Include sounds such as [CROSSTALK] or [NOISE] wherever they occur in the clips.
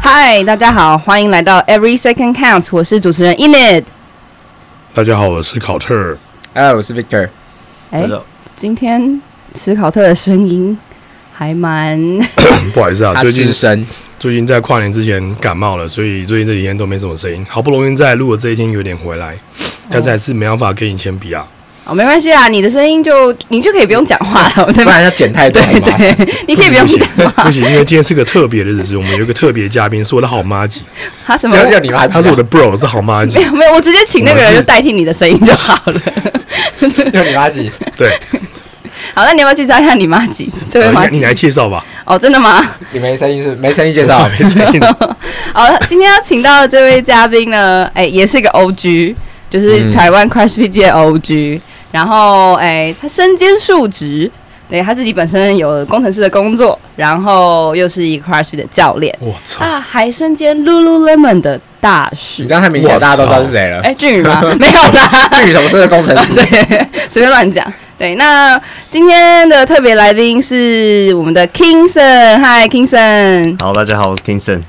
嗨，大家好，欢迎来到 Every Second Counts，我是主持人 Inid。大家好，我是考特儿。哎，我是 Victor，哎，今天史考特的声音还蛮…… [LAUGHS] 不好意思啊，他最近失声，最近在跨年之前感冒了，所以最近这几天都没什么声音。好不容易在录的这一天有点回来，但是还是没办法跟以前比啊。哦，没关系啊，你的声音就你就可以不用讲话了， [LAUGHS] 对不吧？然要剪太多对了吧？对，你可以不用行讲话不。行，因为今天是个特别的日子，我们有一个特别嘉宾，是我的好妈吉，他什么？要要你把它他是我的 bro，是好 [LAUGHS] 妈吉没。有没有，我直接请那个人就代替你的声音就好了。 [LAUGHS] 要你把它挤，对，好，那你要不要介绍一下你妈几？这位呃你妈来你几？来介绍吧。哦，真的吗？你没声音是没声音介 [LAUGHS] 绍，没声音，好，今天要请到的这位嘉宾呢，哎、也是一个 OG，就是嗯台湾 Crash P G 的 OG。然后，哎、他身兼数职，对他自己本身有工程师的工作，然后又是一个 Crash 的教练， [LAUGHS] 我 [LAUGHS] 操！啊，还身兼 Lululemon 的大使你这。样太明显，大家都知道是谁了。哎、俊宇 [LAUGHS] 吗？没有啦，至于什么是工程 [LAUGHS] [LAUGHS] 师？对，随便乱讲。对，那今天的特别来宾是我们的 Kingson，嗨 Kingson。好，大家好，我是 Kingston。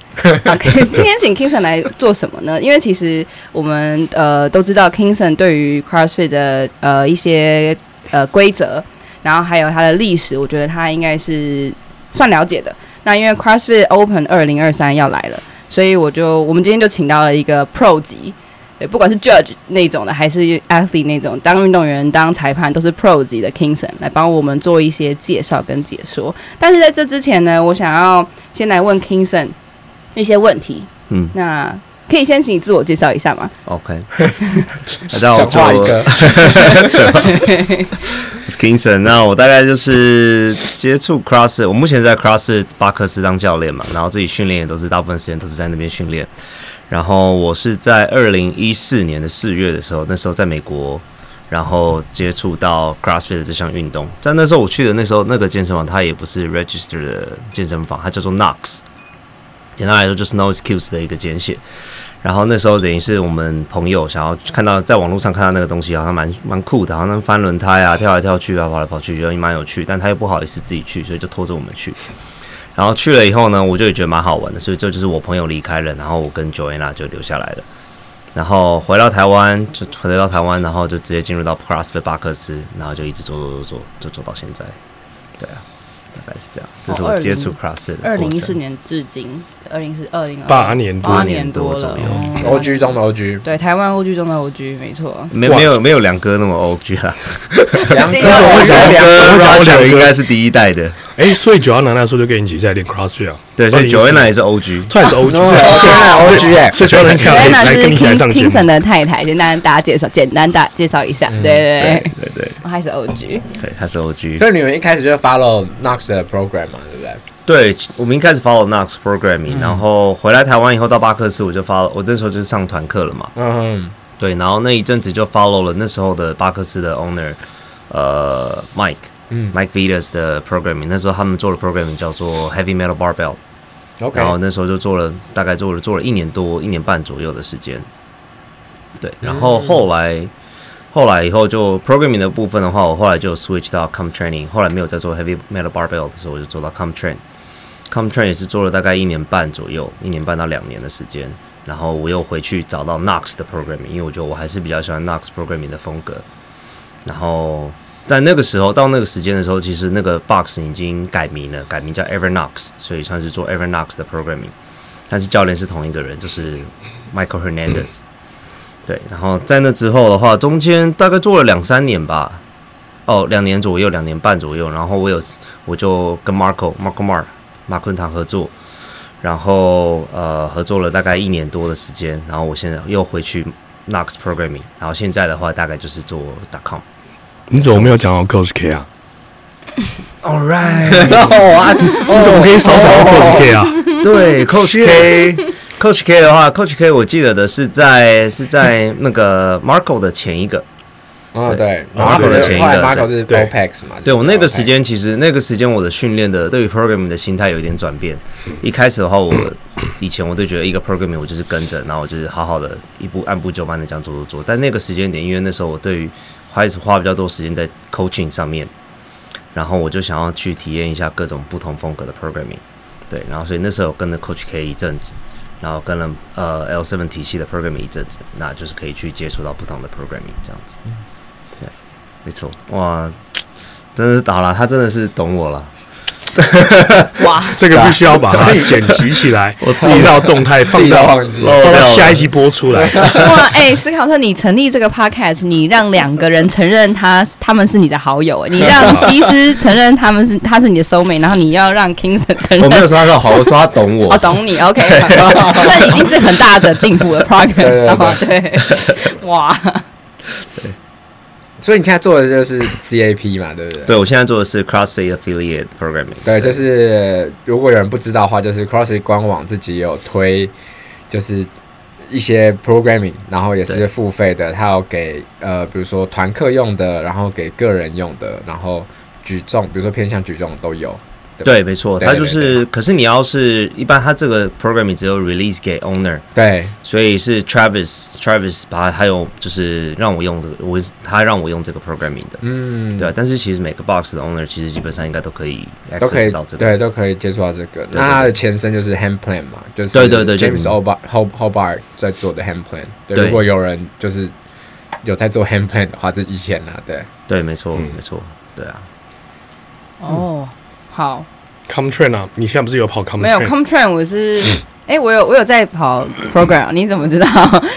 好，今天请 Kingson 来做什么呢？因 [LAUGHS] 为其实我们呃都知道 Kingson 对于 CrossFit 的呃一些呃规则，然后还有它的历史，我觉得他应该是算了解的。那因为 CrossFit Open 二零二三要来了，所以我就我们今天就请到了一个 Pro 级。对，不管是 judge 那种的，还是 athlete 那种，当运动员、当裁判都是 pro 级的 Kingson 来帮我们做一些介绍跟解说。但是在这之前呢，我想要先来问 Kingson 一些问题。嗯那可以先请你自我介绍一下吗？ [LAUGHS] ，OK。大家好，想画一我就个，我是 Kingston。那我大概就是接触 CrossFit，我目前在 CrossFit 巴克斯当教练嘛，然后自己训练也都是大部分时间都是在那边训练。然后我是在二零一四年的四月的时候，那时候在美国，然后接触到 CrossFit 的这项运动。在那时候我去的那时候那个健身房，它也不是 register 的健身房，它叫做 Knox。简单来说就是 No Excuse 的一个简写。然后那时候等于是我们朋友想要看到在网络上看到那个东西，好像蛮蛮酷的，好像翻轮胎啊、跳来跳去啊、跑来跑去，觉得蛮有趣，但他又不好意思自己去，所以就拖着我们去。然后去了以后呢，我就也觉得蛮好玩的，所以这就是我朋友离开了，然后我跟 Joanna 就留下来了。然后回到台湾，就回到台湾，然后就直接进入到 CrossFit 巴克斯，然后就一直做做做做，就做到现在。对啊，大概是这样。这是我接触 CrossFit 的二零过一程四年至今，二零是二零八年多八年多多了左右哦 OG 中的 OG，对台湾 OG 中的 OG，没错。没哇没有没有两哥那么 O G 啦，梁哥，对啊我讲讲梁 [LAUGHS] 我哥，讲我讲应该是第一代的，哎，所以九幺男那时候就跟你一起在练 CrossFit 啊。对，所以九2014 n 奶也是 O [LAUGHS] G，算是 OG，哦 [LAUGHS] 哦所以 OG 哎所以九幺男可以来 Joanna 来是跟你一起来上 King 节 Kingson 目。的太太，简单大家介绍，简单大介绍一下。对对对，对对对我还是 OG。对，他是 O G。所以你们一开始就 follow Knox 的 program 嘛，对不对？对，我们一开始 follow Knox programming，、然后回来台湾以后到巴克斯，我就 follow，我那时候就是上团课了嘛，嗯，对，然后那一阵子就 follow 了那时候的巴克斯的 owner，呃，Mike，嗯，Mike Vidas 的 programming，那时候他们做的 programming 叫做 Heavy Metal Barbell， ，OK，然后那时候就做了大概做了做了一年多一年半左右的时间，对，然后后来后来以后就 programming 的部分的话，我后来就 switch 到 com training，后来没有再做 heavy metal barbell 的时候，我就做到 com train。com train 也是做了大概一年半左右，一年半到两年的时间，然后我又回去找到 Knox 的 programming，因为我觉得我还是比较喜欢 Knox programming 的风格。然后在那个时候到那个时间的时候，其实那个 Box 已经改名了，改名叫 Evernox，所以算是做 Evernox 的 programming。但是教练是同一个人，就是 Michael Hernandez。对，然后在那之后的话，中间大概做了两三年吧，哦，两年左右，两年半左右。然后我有，我就跟 Marco Marco Mar 马昆堂合作，然后呃合作了大概一年多的时间。然后我现在又回去 Knox Programming，然后现在的话大概就是做 .com。你怎么没有讲到 Coach K 啊？ All [LAUGHS] right，哦啊，你怎么可以少讲到 Coach K 啊？对，Coach K，Coach K 的话，Coach K 我记得的是在是在那个 Marco 的前一个，嗯，对然然后后对对后来对 Marco 是对 OPEX 嘛，对我那个时间，其实那个时间我的训练的对于 programming 的心态有一点转变。一开始 [COUGHS] 的话，我以前我都觉得一个 programming 我就是跟着，然后我就是好好的一步按部就班的这样做做做。但那个时间点，因为那时候我对于开始花比较多时间在 coaching 上面，然后我就想要去体验一下各种不同风格的 programming。对，然后所以那时候跟着 Coach K 一阵子，然后跟了呃 L Seven 体系的 programming 一阵子，那就是可以去接触到不同的 programming 这样嗯子。对，没错，哇，真的是好了，他真的是懂我了。哇，这个必须要把它剪辑起来，我自己到动态放自己都到忘记了放到下一集播出来。哇，哎、史考特，你成立这个 podcast，你让两个人承认他他们是你的好友，哎你让基斯承认他们是 [LAUGHS] 他是你的 soul mate，然后你要让 Kingston 承我认没。有说他是好，我说他懂我。我、哦懂 [LAUGHS] 你，OK，那已经是很大的进步的 progress 了，对，哇，所以你现在做的就是 CAP 嘛，对不对？对，我现在做的是 CrossFit Affiliate Programming。对，就是如果有人不知道的话，就是 CrossFit 官网自己有推，就是一些 programming，然后也对是付费的，它有给呃，比如说团课用的，然后给个人用的，然后举重，比如说偏向举重都有。对，没错，对它对就对是，可是你要是一般，它这个 programming 只有 release 给 owner，对，所以是 Travis Travis 把它还有就是让我用这个，我他让我用这个 programming 的，嗯，对啊。但是其实每个 box 的 owner 其实基本上应该都可以都可以 access 到这个，对，都可以接触到这个。对那它的前身就是 Hand Plan 嘛，就是对对对，James 就 Hobart Hobart 在做的 Hand Plan。对，对如果有人就是有在做 Hand Plan 的话，这以前啊，对，对，没错，嗯没错，对啊。哦，好， Come Train 啊，你现在不是有跑 Come 没有 Train？ come train，我是，嗯哎、我有我有在跑 program，你怎么知道？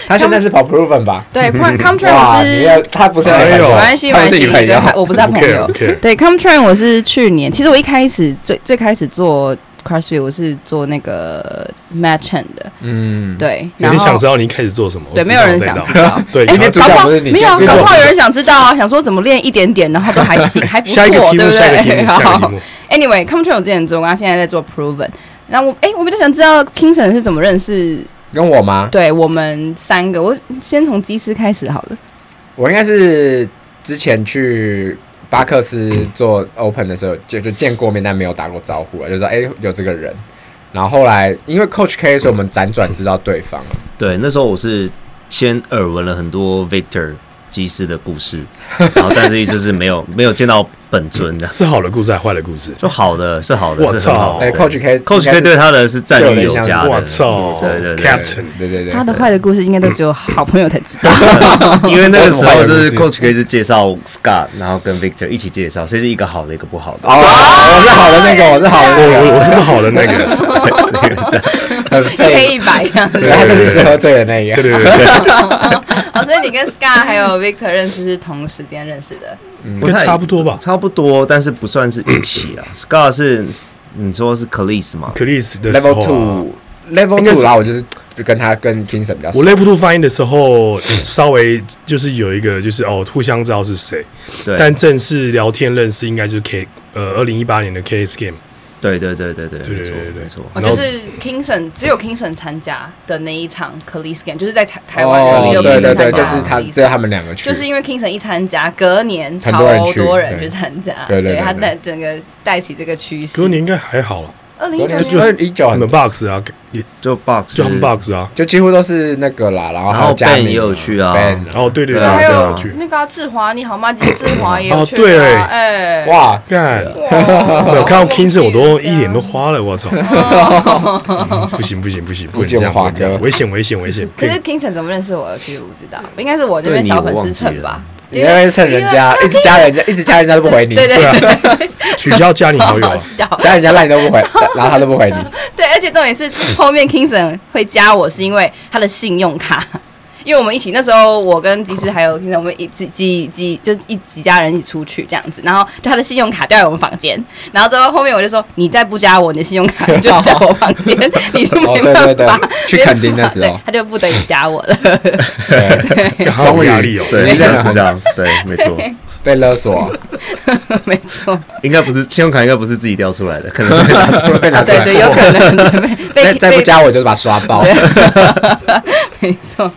他现在是跑 Proven 吧？ [LAUGHS] [LAUGHS] 对，come come 哇， train 我你是要他不是哎你的呦朋友没关系，没他关不是系，你朋对友，，我不是他朋友 o。k 对，Come Train，我是去年，其实我一开始最最开始做 CrossFit，我是做那个 Match Hand 的，嗯，对，有然人想后知道你一开始做什么？对，我没有人知道想我知知道。道。 [LAUGHS] 对，哎你要主角搞不好不是你没有，主角搞不好是有人想知道啊，想说怎么练一点点，然后都还 [LAUGHS] 行，还不错，下一个题对目，不下一个题对？ [LAUGHS] 目，下一个好题目。 ，Anyway，Come Train 我之前做过，他现在在做 Proven。然后我哎，我比较想知道 Kingston 是怎么认识跟我吗？对我们三个。我先从技师开始好了。我应该是之前去巴克斯做 Open 的时候，就就见过面，但没有打过招呼啊，就说哎、有这个人。然后后来因为 Coach K，所以我们辗转知道对方。对，那时候我是先耳闻了很多 Victor 技师的故事， [LAUGHS] 然后但是就是没有没有见到本尊的，是好的故事还是坏的故事？就好的是好的，我是很好操的。哎、c o a c h K 应 Coach 该 K 是对他的是赞誉对有我的印加象的，我操哦 [LAUGHS] 对对对，Captain，对对嗯对，他的坏的故事应该都只有好朋友才知道。因为那个时候就为是什么 Coach K 就介绍 Scott，然后跟 Victor 一起介绍，所以是一个好的，一个不好的。哦，我是好的那个，我是好的我那我个，我是不好的那个。 [LAUGHS] 很黑废，一白这样子。对他就是最喝醉的那对对个。对对， [LAUGHS] 哦，所以你跟 Scar 还有 Victor 认识是同时间认识的。应不该太差不多吧。差不多，但是不算是一起啊。Scott 是你说是 Cleese 吗？克里斯的时 Level 候啊， two。Level 应该 two，是然后我就是就跟他跟 Kingston 比较熟我 Level Two 翻译的时候，稍微就是有一个就是哦，互相知道是谁，对但正式聊天认识应该就是 K 呃二零一八年的 KS Game。对对对对对，对没对错对对没错。哦，然就后是 Kingston 只有 Kingston 参加的那一场 c l e s Game，就是在台台湾哦人只有对 Kingston 对参加的对，就 Khalees 是他 Game 只有他们两个去，就是因为 Kingston 一参加，隔年很超多人去多人去对参加，对对对他对带整个带起这个趋势。哥，你应该还好啦，二零一有九点年就一九你很们 Box 啊，也就 Box 就他们 Box 啊。就几乎都是那个啦，然后还然后有嘉 Ben 明也有去啊 Ben 然哦后对对对啊对对啊有去那个啊志华，你好吗？其实志华也有哦去对啊哎，哇，啊干，哇，没有看到 Kingston 我都忘记了一脸都花了，我 [LAUGHS] 操！嗯哦不行不行不行，不不能这样，见华不能这样哥危险危险危险！可是 Kingston 怎么认识我的？其实我不知道，应该是我这边对你小我粉丝忘记蹭了吧。你那边蹭人家，一直加人家，一直加人家都不回你，对对对对，啊，取消加你好友啊好，笑。加人家赖你都不回，然后他都不回你，对，而且重点是后面 Kingston 会加我是因为他的信用卡， [LAUGHS] 因为我们一起那时候我跟吉师还有 Kingston 我们一几几几就一几家人一起出去这样子，然后就他的信用卡掉在我们房间，然后之后后面我就说你再不加我，你的信用卡 [LAUGHS] 就掉在我房间，你就 [LAUGHS] 哦没对办法。对对去没办垦丁的法时 [LAUGHS] 对候他就不得已加我了。 [LAUGHS] 对啊干好有压力哦。对，没应该有是这 [LAUGHS] 样，对，没错，被勒索，啊没错，应该不是信用卡，应该不是自己调出来的，可能是 [LAUGHS] 被他被拿出啊对来 [LAUGHS] 对，有可能被再被啊再不加我就是把他刷爆。 [LAUGHS] 没错。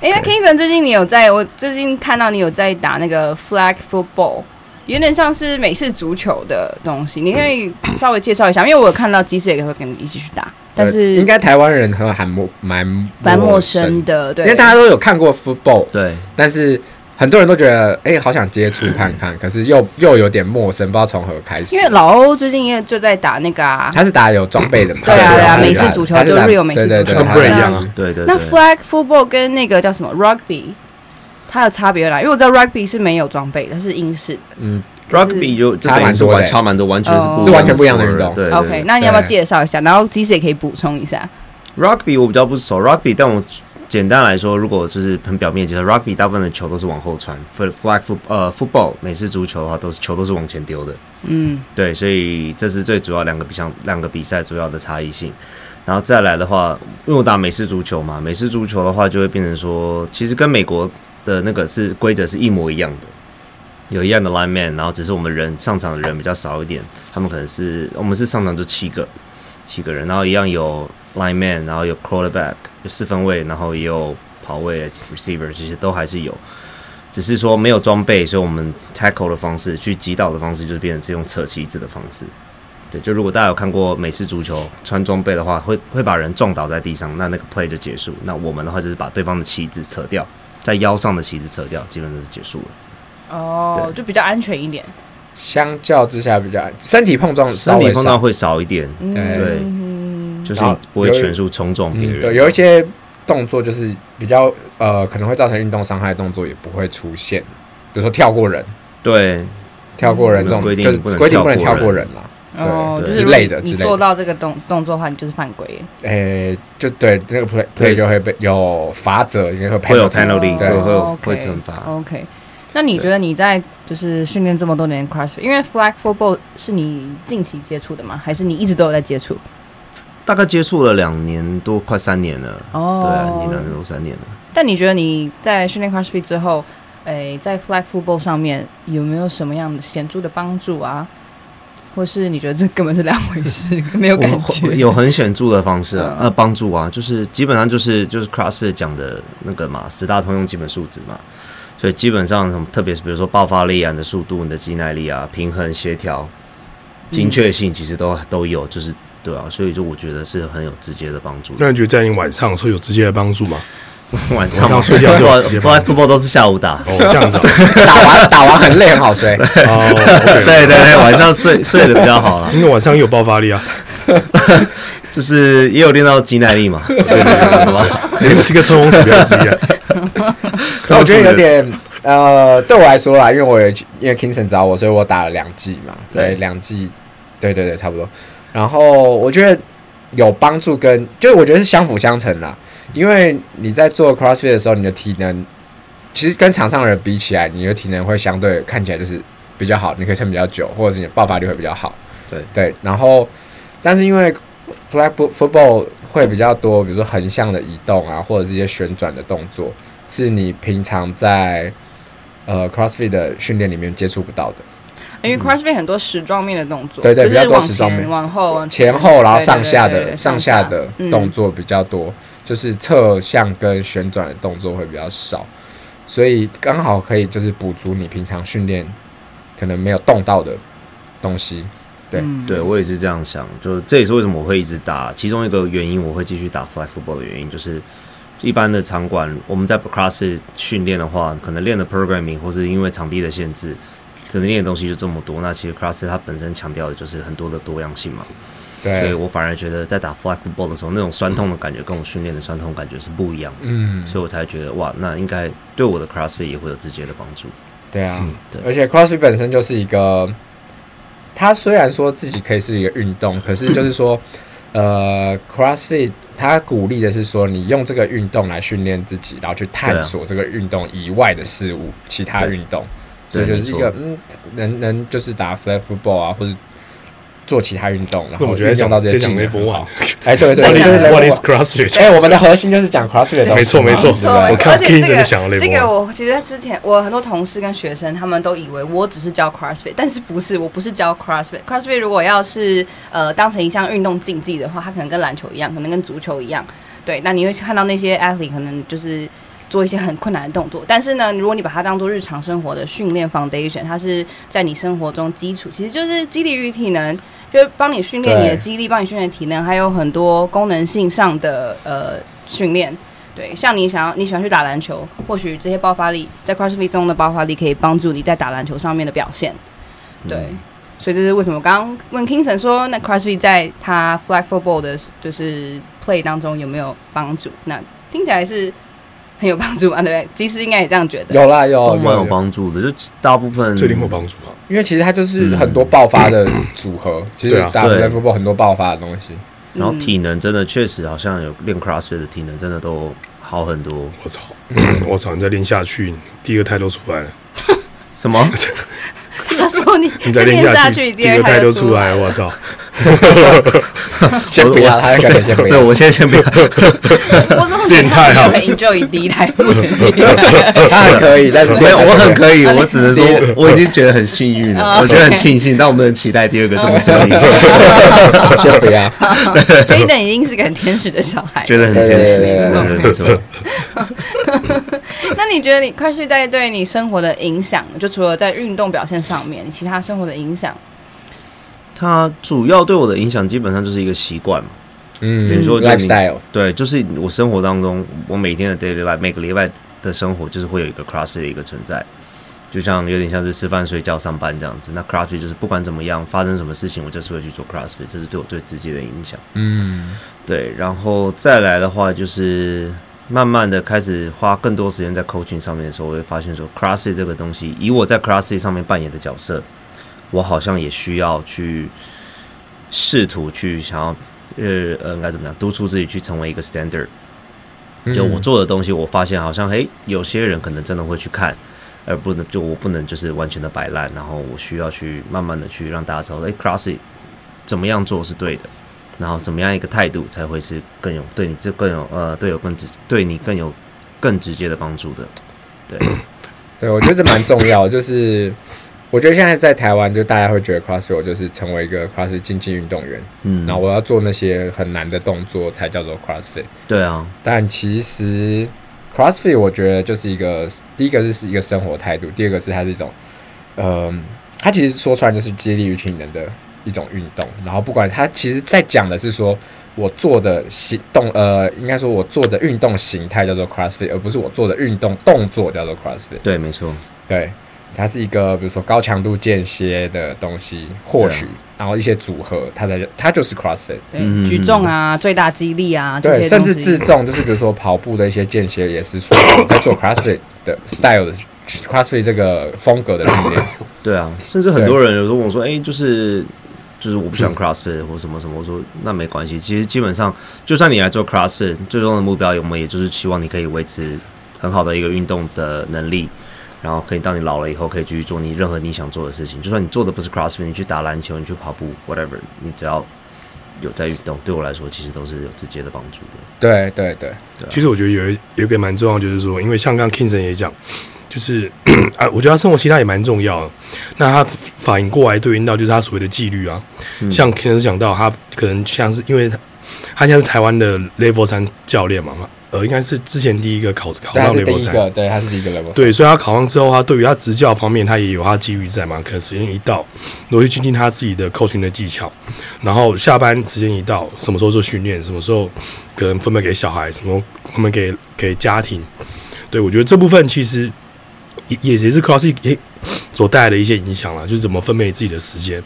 哎、那 Kingston 最近你有在我最近看到你有在打那个 flag football，有点像是美式足球的东西，你可以嗯 [CLEARS THROAT] 稍微介绍一下，因为我有看到机师也会跟你一起去呃打，但对是应该台湾人很很陌蛮蛮陌陌生，的，对， [LAUGHS] 因为大家都有看过 football，对但是很多人都觉得，哎、好想接触看看，可是又又有点陌生，不知道从何开始。因为老欧最近也就在打那个啊，他是打有装备的嘛，对啊他是对啊打美式足球就他是打 real 美式对对足对，球跟 Bray 对啊一样啊，对对那对， flag football 跟那个叫什么 rugby，它的差别来，因为我知道 rugby 是没有装备的，它是英式的。嗯， rugby 就这差等于蛮是多完的差蛮多，完全是哦不是完全不一样的 sport，运动对对 OK，那你要不要对介绍一下？然后即使也可以补充一下。 Rugby 我比较不熟，Rugby，但我简单来说，如果就是很表面介绍，Rugby 大部分的球都是往后传，fl-，flag foot 呃 football 美式足球的话都是球都是往前丢的，嗯，对，所以这是最主要两个比项两个比赛主要的差异性。然后再来的话，因为我打美式足球嘛，美式足球的话就会变成说，其实跟美国的那个是规则是一模一样的，有一样的 line man，然后只是我们人上场的人比较少一点，他们可能是我们是上场就七个七个人，然后一样有 line man，然后有 quarterback，有四分卫，然后也有跑位 receiver，这些都还是有，只是说没有装备，所以我们 tackle 的方式去击倒的方式就是变成是用扯旗子的方式。对，就如果大家有看过美式足球穿装备的话，会会把人撞倒在地上，那那个 play 就结束。那我们的话就是把对方的旗子扯掉，在腰上的旗子扯掉，基本上就结束了。哦对，就比较安全一点。相较之下比较身体碰撞，身体碰撞，会少一点，嗯对嗯就是你不会全速冲撞别人。嗯对，啊有一些动作就是比较呃可能会造成运动伤害的动作也不会出现，比如说跳过人，对跳过人这种嗯我们规定就是不能规定不能跳跳过过人人啦，哦，对就是如之果类的你之类的做到这个动动作的话，你就是犯规。诶、就对那个 play 对 play 就会被有罚则，因为会会有 penalty penalty，对对，会有哦 OK 会惩罚。 OK，那你觉得你在就是训练这么多年 CrossFit，因为 flag football 是你近期接触的吗？还是你一直都有在接触？大概接触了两年多，快三年了。对啊，哦你两年多三年了。但你觉得你在训练 CrossFit 之后，诶，在 flag football 上面有没有什么样的显著的帮助啊？或是你觉得这根本是两回事， [LAUGHS] 没有我感们会觉？有很显著的方式啊，嗯呃，帮助啊，就是基本上就是就是 CrossFit 讲的那个嘛，十大通用基本素质嘛，所以基本上什么，特别是比如说爆发力啊、你的速度、你的肌耐力啊、平衡、协调、嗯精确性，其实都都有，就是对啊，所以就我觉得是很有直接的帮助的。那你觉得在你晚上是有直接的帮助吗？晚上晚上睡觉就有直接 f 帮 l y 助 football 都是下午打。哦，这 [LAUGHS] 样子啊，打完打完很累，很好睡。哦对，OK， [LAUGHS] 对对，晚上睡睡得比较好啦，因为晚上也有爆发力啊，就是也有练到肌耐力嘛。对对对对哦吧 [LAUGHS] 你是个特工指标之 [LAUGHS] 一啊。那我觉得有点呃，对我来说啦，因为我有因为 Kingston 找我，所以我打了两季嘛，对对，两季，对对对，差不多。然后我觉得有帮助跟，就是我觉得是相辅相成啦，因为你在做 CrossFit 的时候，你的体能其实跟场上的人比起来，你的体能会相对看起来就是比较好，你可以撑比较久，或者是你的爆发力会比较好。对对，然后但是因为 flag football 会比较多，比如说横向的移动啊，或者是一些旋转的动作，是你平常在呃 CrossFit 的训练里面接触不到的，因为 CrossFit 很多时装面的动作，嗯对对就比较是多往时装前、面往后、往前后然后对对上下哦对对对的对上下下的嗯动作比较多，就是侧向跟旋转的动作会比较少，所以刚好可以就是补足你平常训练可能没有动到的东西。对嗯对，我也是这样想，就这也是为什么我会一直打，其中一个原因我会继续打 fly football 的原因就是。一般的场馆，我们在 CrossFit 训练的话，可能练的 programming 或是因为场地的限制，可能练的东西就这么多。那其实 CrossFit 它本身强调的就是很多的多样性嘛，所以对，啊我反而觉得在打 fly football 的时候，那种酸痛的感觉跟我训练的酸痛感觉是不一样的，嗯，所以我才觉得哇，那应该对我的 CrossFit 也会有直接的帮助。对啊。对，而且 CrossFit 本身就是一个，它虽然说自己可以是一个运动，可是就是说，呃，CrossFit 它鼓励的是说，你用这个运动来训练自己，然后去探索这个运动以外的事物，其他运动，所对以就是一没个错嗯，能能就是打 flag football 啊，或者做其他运动，然那后我觉得运讲用到这在些技讲能那幅很画好。哎，对对 What 对 is 对对 What 对 is CrossFit？哎，我们的核心就是讲 CrossFit 的东西嘛，没错没错没错，对没错，我看而且 Kingston 这个讲了一这波个我其实在之前，我很多同事跟学生，他们都以为我只是教 CrossFit，但是不是，我不是教 CrossFit。CrossFit 如果要是呃当成一项运动竞技的话，它可能跟篮球一样，可能跟足球一样，对。那你会看到那些 athlete 可能就是做一些很困难的动作，但是呢，如果你把它当做日常生活的训练 foundation，它是在你生活中基础，其实就是激励与体能。就是帮你训练你的对肌力，帮你训练体能，还有很多功能性上的呃训练。对，像你想要你喜欢去打篮球，或许这些爆发力在 CrossFit 中的爆发力可以帮助你在打篮球上面的表现。嗯对，所以这是为什么我刚刚问 Kingston 说，那 CrossFit 在他 Flag Football 的，就是 play 当中有没有帮助？那听起来是很有帮助嘛，对不对？技师应该也这样觉得。有啦有都蛮有有有，帮助的，就大部分这一定会有帮助啊。因为其实它就是很多爆发的组合，其实对啊打 f 对 o o 很多爆发的东西。然后嗯体能真的确实好像有练 CrossFit 的体能真的都好很多。我操，我操，你再练下去，第二胎都出 [LAUGHS] 来了。什么？他说你 [LAUGHS] 你再练下去，第第二胎胎就都出 [LAUGHS] 来，我操！先不要，他感觉先不对，要。我现在先不要。我 [LAUGHS] 怎么觉得变态他啊没有很 enjoy 第一胎， [LAUGHS] 不能第一胎 [LAUGHS] 他很可以，但是没有，我很可以，啊你我只能说第 [LAUGHS] 一我已经觉得很幸运了，哦我觉得很 OK 庆幸，但我们很期待第二个这么顺利，哦先不要。 ，Jaden 一定是个很天使的小孩。觉得很天使，对真的没错。那你觉得你 CrossFit 在对你生活的影响呢，就除了在运动表现上面，你其他生活的影响？它主要对我的影响基本上就是一个习惯嘛， [LAUGHS] 嗯比如说就你，lifestyle，对，就是我生活当中，我每天的 daily life，每个礼拜的生活就是会有一个 CrossFit 的一个存在，就像有点像是吃饭、睡觉、上班这样子。那 CrossFit 就是不管怎么样，发生什么事情，我就是会去做 CrossFit，这是对我最直接的影响。嗯，对，然后再来的话就是慢慢的开始花更多时间在 coaching 上面的时候，我会发现说 CrossFit 这个东西，以我在 CrossFit 上面扮演的角色，我好像也需要去试图去想要呃呃应该怎么样督促自己去成为一个 standard。就嗯我做的东西，我发现好像嘿，有些人可能真的会去看，而不能就我不能就是完全的摆烂，然后我需要去慢慢的去让大家知道，哎，CrossFit 怎么样做是对的，然后怎么样一个态度才会是更有对你这更有呃对有更直对你更有更直接的帮助的，对，对，我觉得这蛮重要的，就是我觉得现在在台湾，就大家会觉得 CrossFit 我就是成为一个 CrossFit 竞技运动员，嗯，然后我要做那些很难的动作才叫做 CrossFit。对啊，但其实 CrossFit 我觉得就是一个，第一个是是一个生活态度，第二个是它是一种，嗯、它其实说出来就是接力于体能的一种运动。然后不管它其实在讲的是说我做的行动，呃，应该说我做的运动形态叫做 CrossFit，而不是我做的运动动作叫做 CrossFit。对，没错，对，它是一个比如说高强度间歇的东西，或许、然后一些组合，它才它就是 CrossFit。对，嗯举重啊，最大肌力啊，这对，些甚东至西。自重，就是比如说跑步的一些间歇，也是说我在做 CrossFit 的 style 的 CrossFit 这个风格的训练。对啊，甚至很多人有时候问我说，哎，就是。就是我不喜欢 CrossFit 或什么什么，我说那没关系。其实基本上，就算你来做 CrossFit，最终的目标，我们也就是希望你可以维持很好的一个运动的能力，然后可以到你老了以后，可以继续做你任何你想做的事情。就算你做的不是 CrossFit，你去打篮球，你去跑步，whatever，你只要有在运动，对我来说其实都是有直接的帮助的。对对对，其实我觉得有一有一个蛮重要，就是说，因为像刚刚 Kingston 也讲，就是 [LAUGHS] 啊，我觉得他生活形态也蛮重要的。那他反应过来对应到就是他所谓的纪律啊，像 Kingston 讲到，他可能像是因为他他现在是台湾的 Level 三教练嘛，呃，应该是之前第一个考考对，它到是第 Level 一三，个，对，它是第一个 level。，对，所以他考上之后，他对于他执教方面，他也有他机遇在嘛。可能时间一到，如果去精进他自己的 coaching 的技巧，然后下班时间一到，什么时候做训练，什么时候可能分配给小孩，什么分配给给家庭。对我觉得这部分其实也也也是 cross 也所带来的一些影响啦，就是怎么分配自己的时间。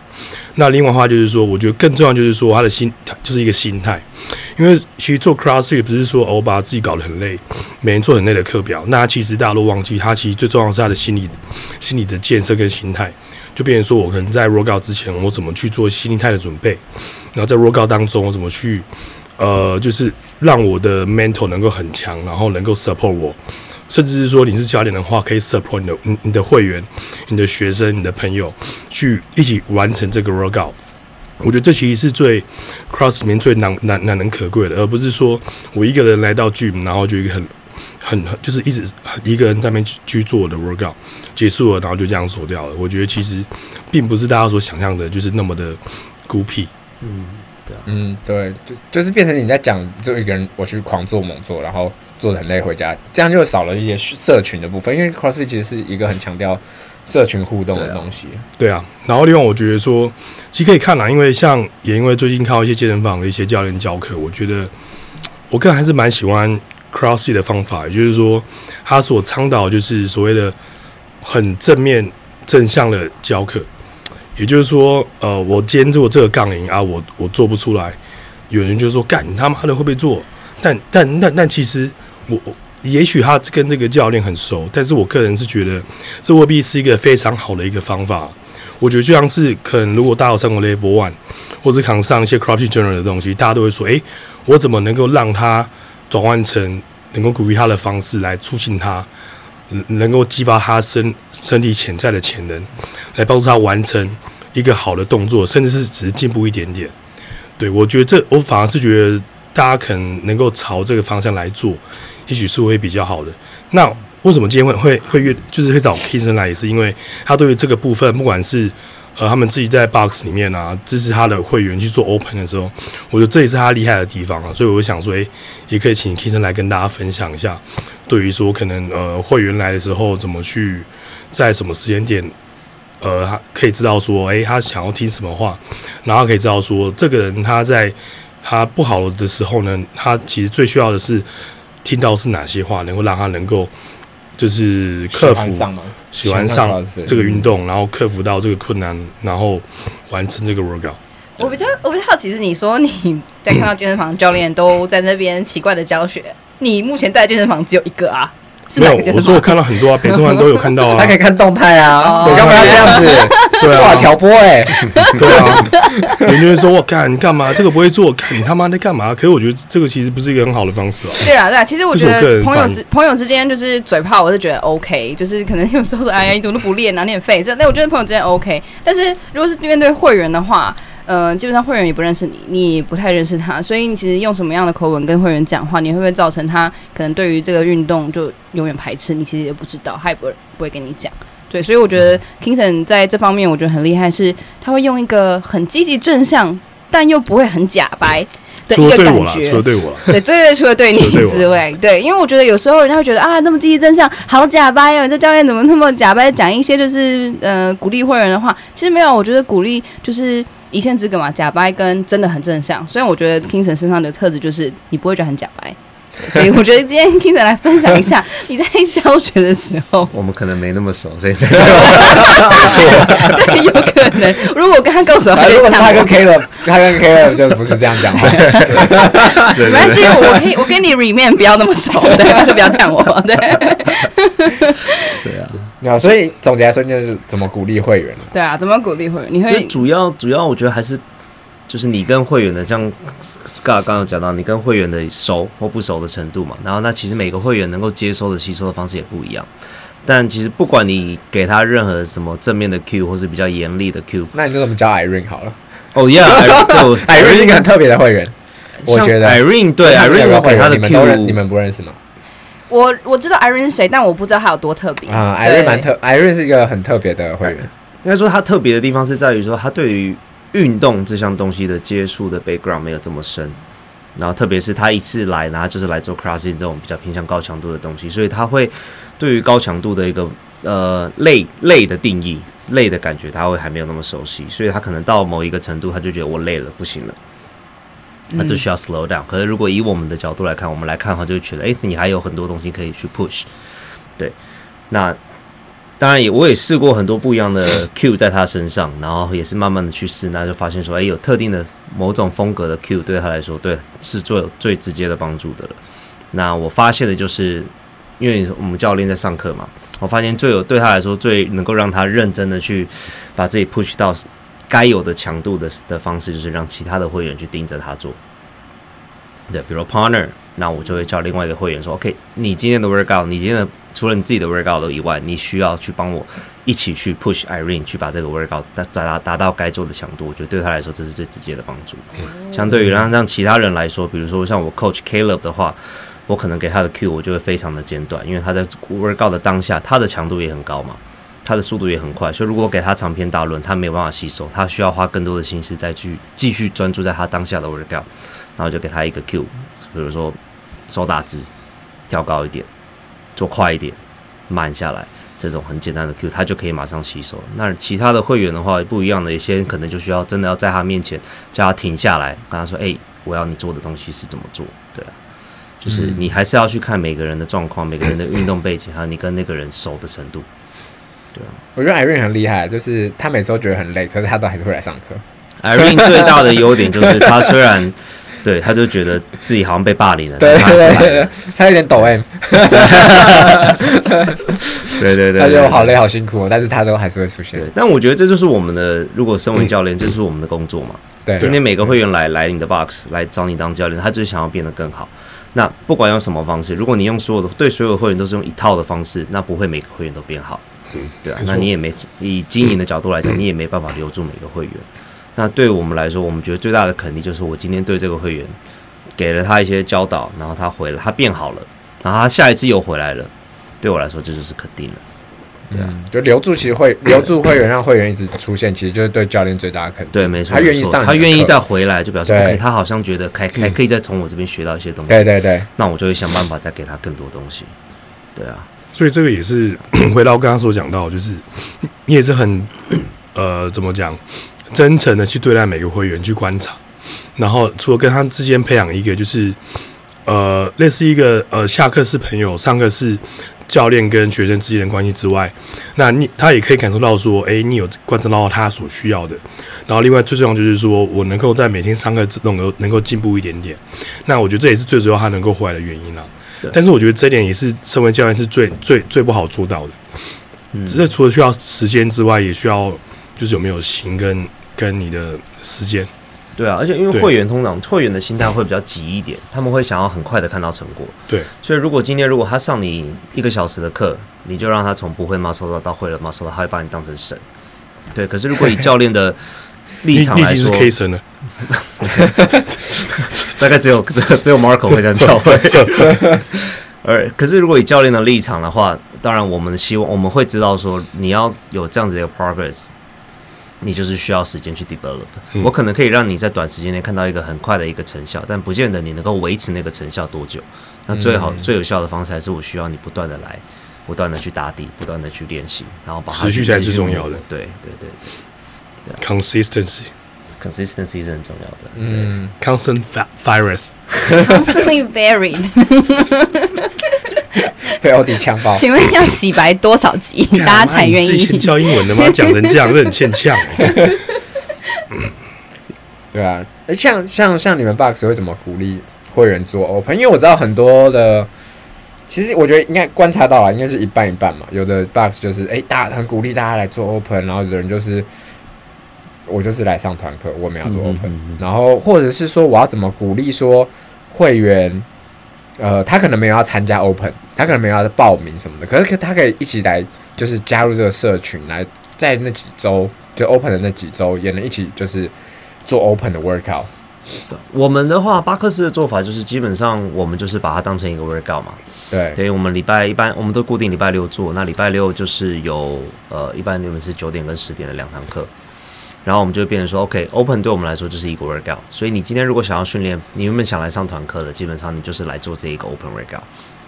那另外的话就是说，我觉得更重要就是说他的心，他就是一个心态，因为其实做 CrossFit 不是说哦我把自己搞得很累，每天做很累的课表，那其实大家都忘记，他其实最重要的是他的心理心理的建设跟心态。就变成说我可能在 rock out 之前，我怎么去做心态的准备，然后在 rock out 当中，我怎么去呃，就是让我的 mental 能够很强，然后能够 support 我，甚至是说你是教练的话，可以 support 你的你你的会员、你的学生、你的朋友去一起完成这个 workout。我觉得这其实是最 cross 里面最难难难能可贵的，而不是说我一个人来到 gym，然后就一个很很很就是一直一个人在那边去去做我的 workout，结束了然后就这样锁掉了。我觉得其实并不是大家所想象的，就是那么的孤僻。嗯，对，就就是变成你在讲，就一个人我去狂做猛做，然后做的很累回家，这样就少了一些社群的部分，因为 CrossFit 其实是一个很强调社群互动的东西。对啊，然后另外我觉得说，其实可以看啦，因为像也因为最近看到一些健身房的一些教练教课，我觉得我个人还是蛮喜欢 c CrossFit 的方法，也就是说，他所倡导就是所谓的很正面正向的教课，也就是说，呃，我今天做这个杠铃啊，我我做不出来，有人就说干你他妈的会不会做？但 [LAUGHS] 但但但其实我我也许他跟这个教练很熟，但是我个人是觉得这未必是一个非常好的一个方法。我觉得就像是可能如果大家有上过 Level One，或是扛上一些 CrossFit Journal 的东西，大家都会说，诶、我怎么能够让他转换成能够鼓励他的方式来促进他，嗯能够激发他身身体潜在的潜能，来帮助他完成一个好的动作，甚至是只是进步一点点。对我觉得这，我反而是觉得大家可能能够朝这个方向来做，也许是会比较好的。那为什么今天会会会越就是会找 Kingson 来，也是因为他对于这个部分，不管是呃他们自己在 Box 里面啊，支持他的会员去做 Open 的时候，我觉得这也是他厉害的地方啊。所以我就想说，诶、也可以请 Kingson 来跟大家分享一下，对于说可能呃会员来的时候，怎么去在什么时间点。呃，他可以知道说，诶、他想要听什么话，然后可以知道说，这个人他在他不好的时候呢，他其实最需要的是听到是哪些话，能够让他能够就是克喜服欢上吗？喜欢喜上欢上对这个运动，然后克服到这个困难，然后完成这个 workout。我比较我比较好奇是，你说你在看到健身房教练都在那边奇怪的教学，你目前在的健身房只有一个啊？是没哪有个，健我身说我房？看到很多啊，北中南都有 [LAUGHS] 看到啊他可，以看动态啊，哦你干嘛要这样子？对哇，啊，挑拨哎，对啊，有人就会说我干你干嘛？这个不会做，干你他妈在干嘛？可是我觉得这个其实不是一个很好的方式啊。对啊，对啊，其实我觉这是我个得人朋友反之朋友之间就是嘴炮，我是觉得 OK，就是可能有时候说 [LAUGHS] 哎呀你怎么都不练啊，你很废，这但我觉得朋友之间 OK。但是如果是面对会员的话，呃，基本上会员也不认识你，你也不太认识他，所以你其实用什么样的口吻跟会员讲话，你会不会造成他可能对于这个运动就永远排斥？你其实也不知道，他也不会不会跟你讲。对，所以我觉嗯得 Kingston 在这方面我觉得很厉害，是他会用一个很积极正向，但又不会很假白的除一了个对感我啦，觉除。了对我啦， [LAUGHS] 对对对，除了对你除了对我之外，对，因为我觉得有时候人家会觉得啊，那么积极正向，好假掰哦，你这教练怎么那么假掰，讲一些就是呃鼓励会员的话，其实没有，我觉得鼓励就是一线之隔嘛，假掰跟真的很正向，所以我觉得 Kingson 身上的特质就是你不会觉得很假掰。所以我觉得今天 Kingson 来分享一下你在教学的时候，我们可能没那么熟，所以在对，有可能如果我跟他够熟， [LAUGHS] 他啊就如果是呛他我跟 K 的，他跟 K 的就不是这样讲话。哎没关系，我可以，我跟你 remain 不要那么熟，对，他就不要呛我，对，对啊，对啊，所以总结来说就是怎么鼓励会员啊对啊，怎么鼓励会员？你就会主要主要我觉得还是就是你跟会员的，像 Scott 刚刚有讲到，你跟会员的熟或不熟的程度嘛，然后那其实每个会员能够接收的吸收的方式也不一样。但其实不管你给他任何什么正面的 Q 或是比较严厉的 Q，那你就怎么教 Irene [LAUGHS] 好了哦、yeah，对我？Irene 是一个很特别的会员，我像觉得 Irene 对他们有 Irene 个我会给他员你的们都 Q，认，你们不认识吗？我我知道 Irene 是谁，但我不知道她有多特别啊对，Irene 蛮特，Irene 是一个很特别的会员，应该说他特别的地方是在于说，他对于运动这项东西的接触的 background 没有这么深，然后特别是他一次来，然后就是来做 CrossFit 这种比较偏向高强度的东西，所以他会对于高强度的一个呃累累的定义、累的感觉，他会还没有那么熟悉，所以他可能到某一个程度，他就觉得我累了，不行了。他嗯就需要 slow down、可是如果以我们的角度来看，我们来看的话，就会觉得，哎、你还有很多东西可以去 push。对，那当然也我也试过很多不一样的 [COUGHS] Q 在他身上，然后也是慢慢的去试，那就发现说，哎、有特定的某种风格的 Q 对他来说，对是最有最直接的帮助的了。那我发现的就是，因为我们教练在上课嘛，我发现最有对他来说最能够让他认真的去把自己 push 到该有的强度的的方式，就是让其他的会员去盯着他做。对，比如 partner，那我就会叫另外一个会员说，OK，你今天的 workout，你今天的除了你自己的 workout 以外，你需要去帮我一起去 push Irene 去把这个 workout 达达达到该做的强度，我觉得对他来说这是最直接的帮助。相对于让让其他人来说，比如说像我 coach Caleb 的话，我可能给他的 Q 我就会非常的简短，因为他在 workout 的当下，他的强度也很高嘛。他的速度也很快，所以如果给他长篇大论，他没有办法吸收，他需要花更多的心思再去继续专注在他当下的 workout。然后就给他一个 Q，比如说手打直，跳高一点，做快一点，慢下来，这种很简单的 Q，他就可以马上吸收。那其他的会员的话不一样的，有些人可能就需要真的要在他面前叫他停下来，跟他说：“哎、我要你做的东西是怎么做？”对啊，就是你还是要去看每个人的状况、每个人的运动背景，还有你跟那个人熟的程度。我觉得 Irene 很厉害，就是她每次都觉得很累，可是她都还是会来上 [LAUGHS] 课。 Irene 最大的优点就是她虽然对她就觉得自己好像被霸凌了，对但她还对是来对对，了对 [LAUGHS] 她有点抖 M，对她觉对对，对得对我好累好辛苦哦，但是她都还是会出现对。，但我觉得这就是我们的，如果身为教练，这就是我们的工作嘛。哎对，啊今天每个会员来来你的 box 来找你当教练，他就是想要变得更好。那不管用什么方式，如果你用所有的对所有的会员都是用一套的方式，那不会每个会员都变好，嗯对啊没。错那你也没以经营的角度来讲，你也没办法留住每个会员。那对我们来说，我们觉得最大的肯定就是我今天对这个会员给了他一些教导，然后他回了，他变好了，然后他下一次又回来了，对我来说这就是肯定了。对啊嗯，就留住其实 [COUGHS] 会留住会员，让会员一直出现，其实就是对教练最大的肯定。对，没错，他愿意没错上你的他愿意课再回来，就表示对嗯 OK，他好像觉得还还可以再从我这边学到一些东西。对对对，那我就会想办法再给他更多东西。对啊，所以这个也是 [CLEARS THROAT] 回到刚刚所讲到，就是 [CLEARS THROAT] 你你也是很 [CLEARS THROAT] 呃怎么讲，真诚的去对待每个会员去观察，然后除了跟他之间培养一个就是呃类似一个呃下课是朋友，上课是教练跟学生之间的关系之外，那你他也可以感受到说，诶，你有观察到他所需要的，然后另外最重要就是说我能够在每天上课之中能够能够进步一点点，那我觉得这也是最主要他能够回来的原因啦、啊但是我觉得这一点也是身为教练是最最最不好做到的。嗯这除了需要时间之外，也需要就是有没有心跟跟你的时间。对啊，而且因为对会员通常会员的心态会比较急一点，他们会想要很快的看到成果。对，所以如果今天如果他上你一个小时的课，你就让他从不会 muscle 到到会了 muscle，到他会把你当成神。对，可是如果以教练的你立场 [LAUGHS] 你已来经是说， K 神了，大概只有 [LAUGHS] 只有 Marco 会 [LAUGHS] 这样教会。而可是如果以教练的立场的话，当然我们希望我们会知道说，你要有这样子的一个 progress，你就是需要时间去 develop。嗯我可能可以让你在短时间内看到一个很快的一个成效，但不见得你能够维持那个成效多久。那最好、嗯最有效的方式还是我需要你不断的来，不断的去打底，不断的去练习，然后把它持续才是持重要的对对对 consistency 对，consistency 是很重要的。对。嗯， constant vi- virus。 Completely buried。被欧迪强 [LAUGHS] 暴。请问要洗白多少 [LAUGHS] 集 [LAUGHS] 大家才愿哎你自己意先？教英文的吗？讲成这样，这很欠呛 [LAUGHS] 欸。对啊，诶像像像你们 Box 会怎么鼓励会员做 open？因为我知道很多的，其实我觉得应该观察到了，应该是一半一半嘛。有的 Box 就是哎、大很鼓励大家来做 open，然后有的人就是我就是来上团课，我们要做 open，、嗯嗯嗯嗯然后或者是说我要怎么鼓励说会员。呃，他可能没有要参加 Open，他可能没有要报名什么的，可是他可以一起来，就是加入这个社群，来在那几周就 Open 的那几周，也能一起就是做 open 的 workout。我们的话，巴克斯的做法就是，基本上我们就是把它当成一个 workout 嘛。对，对，我们礼拜一般我们都固定礼拜六做，那礼拜六就是有呃，一般你们是九点跟十点的两堂课，然后我们就会变成说，OK，open、对我们来说就是一个 workout。所以你今天如果想要训练，你原本想来上团课的，基本上你就是来做这一个 open workout。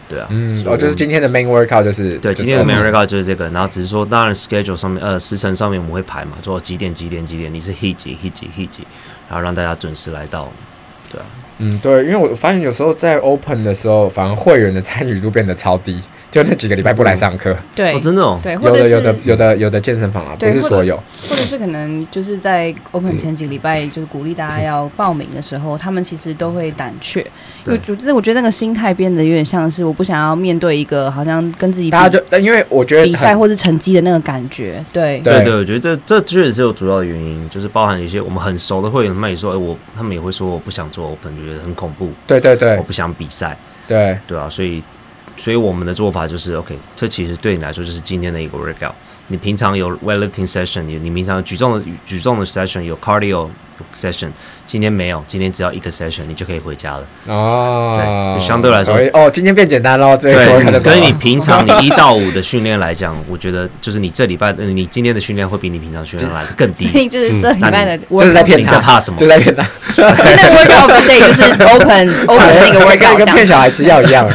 对啊，嗯，所以哦，就是我们今天的 main workout 就是对，就是今天的 open main workout 就是这个，然后只是说，当然 schedule 上面，呃，时程上面我们会排嘛，说几点几点几点，你是 hit 几 hit 几 hit 几，然后让大家准时来到。对啊，嗯，对，因为我发现有时候在 open 的时候，反而会员的参与度变得超低，就那几个礼拜不来上课，对哦，真的哦，对，或有者的是有的有的有的健身房啊，不对是或者所有，或者是可能就是在 Open 前几礼拜，就是鼓励大家要报名的时候，他们其实都会胆怯，因为我觉得我觉得那个心态变得有点像是我不想要面对一个好像跟自己比大家就但因为我觉得比赛很或是成绩的那个感觉，对对对对，我觉得这这确实是有主要的原因，就是包含一些我们很熟的会员，他们也说，哎、我他们也会说我不想做 open，觉得很恐怖，对对我对不想比赛，对对啊，所以所以我们的做法就是，OK，这其实对你来说就是今天的一个 workout。你平常有 weightlifting session，你你平常有举重的举重的 session 有 cardio session，今天没有，今天只要一个 session 你就可以回家了。哦，对就相对来说所以哦，今天变简单喽，这个 workout 对，所以你就平常你一到五的训练来讲，我觉得就是你这礼拜、呃、你今天的训练会比你平常训练来的更所 [LAUGHS] 低。以就是这礼拜的 workout，嗯就是在骗你他在怕什么就？在 [LAUGHS] 骗他，那个 workout of the day 就是 Open [LAUGHS] Open 的那个跟 workout 这跟骗样。小孩吃药一 [LAUGHS] 样。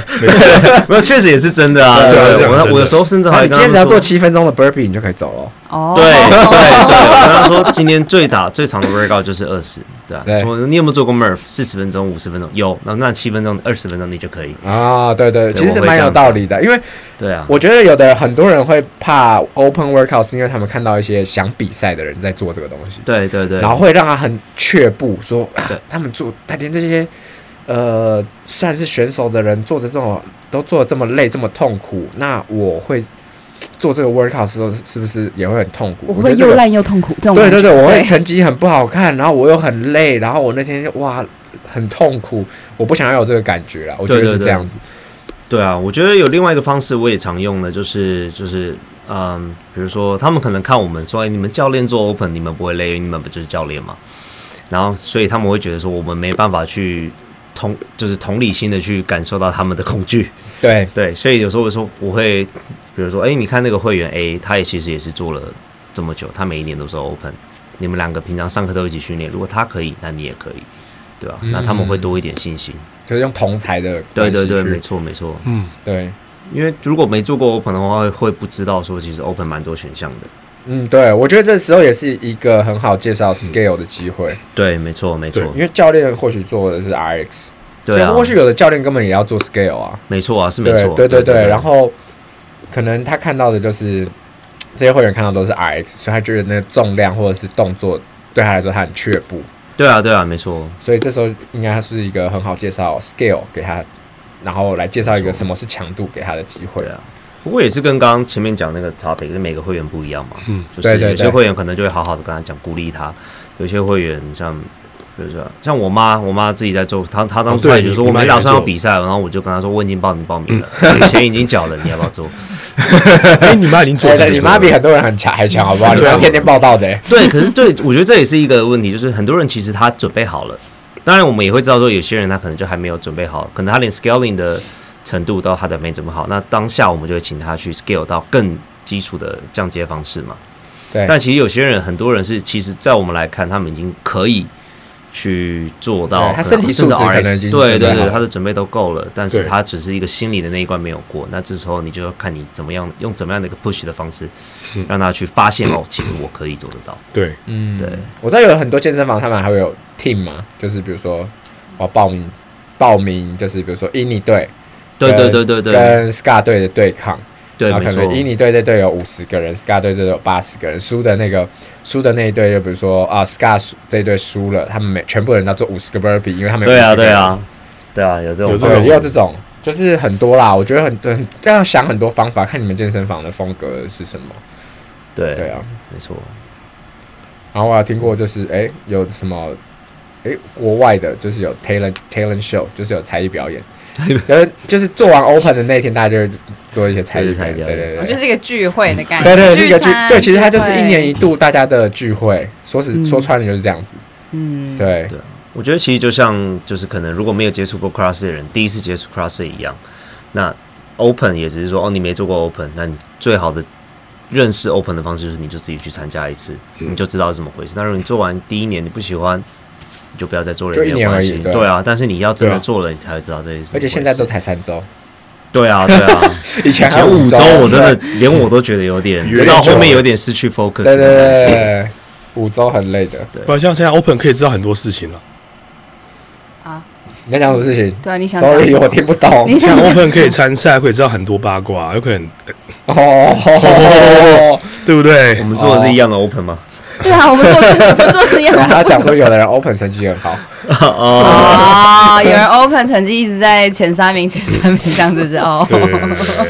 没有，确实也是真的啊。对对对我对啊我有时候甚至然后还哎啊你今天只要做七分钟的 burpee，你就可以走了。哦，对对对，我跟他说今天最打最长的 workout 就是二十，对吧、对说你有没有做过 Murph 四十分钟、五十分钟？有，那那七分钟、二十分钟你就可以。啊，对对，对其实我会蛮这有样道理的，因为对啊，我觉得有的很多人会怕 open workout，是因为他们看到一些想比赛的人在做这个东西，对对对，然后会让他很却步，说、啊对、他们做，他连这些呃算是选手的人做的这种都做的这么累，这么痛苦，那我会做这个 workout 的时候是不是也会很痛苦？我我会不会觉得这又个烂又痛苦？这种对感对觉对，我会成绩很不好看，然后我又很累，然后我那天就哇很痛苦，我不想要有这个感觉啦，我觉得对对是这对样子。对啊，我觉得有另外一个方式我也常用的，就是就是嗯，比如说他们可能看我们说，哎，你们教练做 open，你们不会累，你们不就是教练嘛？然后所以他们会觉得说，我们没办法去同就是同理心的去感受到他们的恐惧。对对，所以有时候我说我会，比如说，哎、你看那个会员 A，他也其实也是做了这么久，他每一年都是 open，你们两个平常上课都一起训练，如果他可以，那你也可以，对吧、那他们会多一点信心。就是用同才的嗯对关对系对，去没错没错，嗯，对，因为如果没做过 open 的话，会会不知道说其实 open 蛮多选项的。嗯，对，我觉得这时候也是一个很好介绍 scale 的机会，对，没错没错对，因为教练或许做的是 RX，对啊就，或许有的教练根本也要做 scale 啊，没错啊，是没对错，对对对，对，然后可能他看到的就是这些会员看到都是 RX，所以他觉得那个重量或者是动作对他来说他很却步，对啊对啊，没错，所以这时候应该是一个很好介绍 scale 给他，然后来介绍一个没错什么是强度给他的机会对。啊。不过也是跟刚刚前面讲那个 topic，就是每个会员不一样嘛。嗯，就是对对有些对会员可能就会好好的跟他讲，鼓励他；有些会员像，比如说像我妈，我妈自己在做，她她当初哦对她也就说你我你妈没也打在算要做比赛，然后我就跟她说我已经 [LAUGHS] 帮你报名了，你钱已经缴了，你要不要做？哎，你妈已经做对这对，个你做了妈比很多人很强还强，好不好？你对啊妈天天报道的、欸，对，可是对，我觉得这也是一个问题，就是很多人其实他准备好了，当然我们也会知道说有些人他可能就还没有准备好，可能他连 scaling 的程度到他的没准备好，那当下我们就会请他去 scale 到更基础的降阶方式嘛。对但其实有些人，很多人是，其实，在我们来看，他们已经可以去做到，对他身体甚素质至可 RX 能已经对准备对好对，了他的准备都够了，但是对他只是一个心理的那一关没有过。那这时候你就要看你怎么样用怎么样的一个 push 的方式，让他去发现哦，其实我可以做得到。对，嗯，对，我知道有很多健身房，他们还会有 team 嘛，就是比如说我报名报名，就是比如说印尼队对对跟对对对跟 SCA 队的对抗，对，然后没可能印错，尼队这队有五十个人，SCA 队这队有八十个人，输的那个输的那一队，就比如说啊 SCA 输这一队输了，他们每全部人要做五十个 burpee，因为他们有对50啊个对人啊对啊，有这种有这对，方种式也有这种。就是很多啦，我觉得很多很这样想很多方法，看你们健身房的风格是什么。对对啊，没错，然后我还听过，就是哎、诶有什么哎、诶国外的，就是有 talent talent show，就是有才艺表演，就是就是做完 open 的那天，大家就会做一些才艺就是才艺表表演，演对我对觉得对。是一个聚会的感觉，对对，是一个聚聚餐，对，其实它就是聚一会年一度大家的聚会，说实嗯说穿了就是这样子，嗯，对对我觉得其实就像就是可能如果没有接触过 CrossFit 的人，第一次接触 CrossFit 一样，那 Open 也只是说哦，你没做过 Open，那你最好的认识 Open 的方式就是你就自己去参加一次，嗯你就知道是怎么回事。那如果你做完第一年你不喜欢，你就不要再做了，就也一没年有关而已系。对啊对啊，但是你要真对的啊做了，你才会知道这些事。而且现在都才三周，对啊，对啊。 [LAUGHS] 以前还前有五周周，我真的连我都觉得有点，有点到久后面了有点失去 focus 对，对的感觉。对对对对，五周很累的。不然像现在 Open 可以知道很多事 [LAUGHS] 情了。啊，你在讲什么事情对啊，你想讲？Sorry，什么我听不懂。你像想讲 Open 可以参赛，可以知道很多八卦，有可能哦，对不对我？们做的是一样的 open 吗？ [LAUGHS] 对啊，我们做我们做 [LAUGHS] 一样的他讲说有的人 open 成绩很好，哦，哦，有 [LAUGHS] 人 Open 成绩一直在前三名，前三名这样子是哦。对，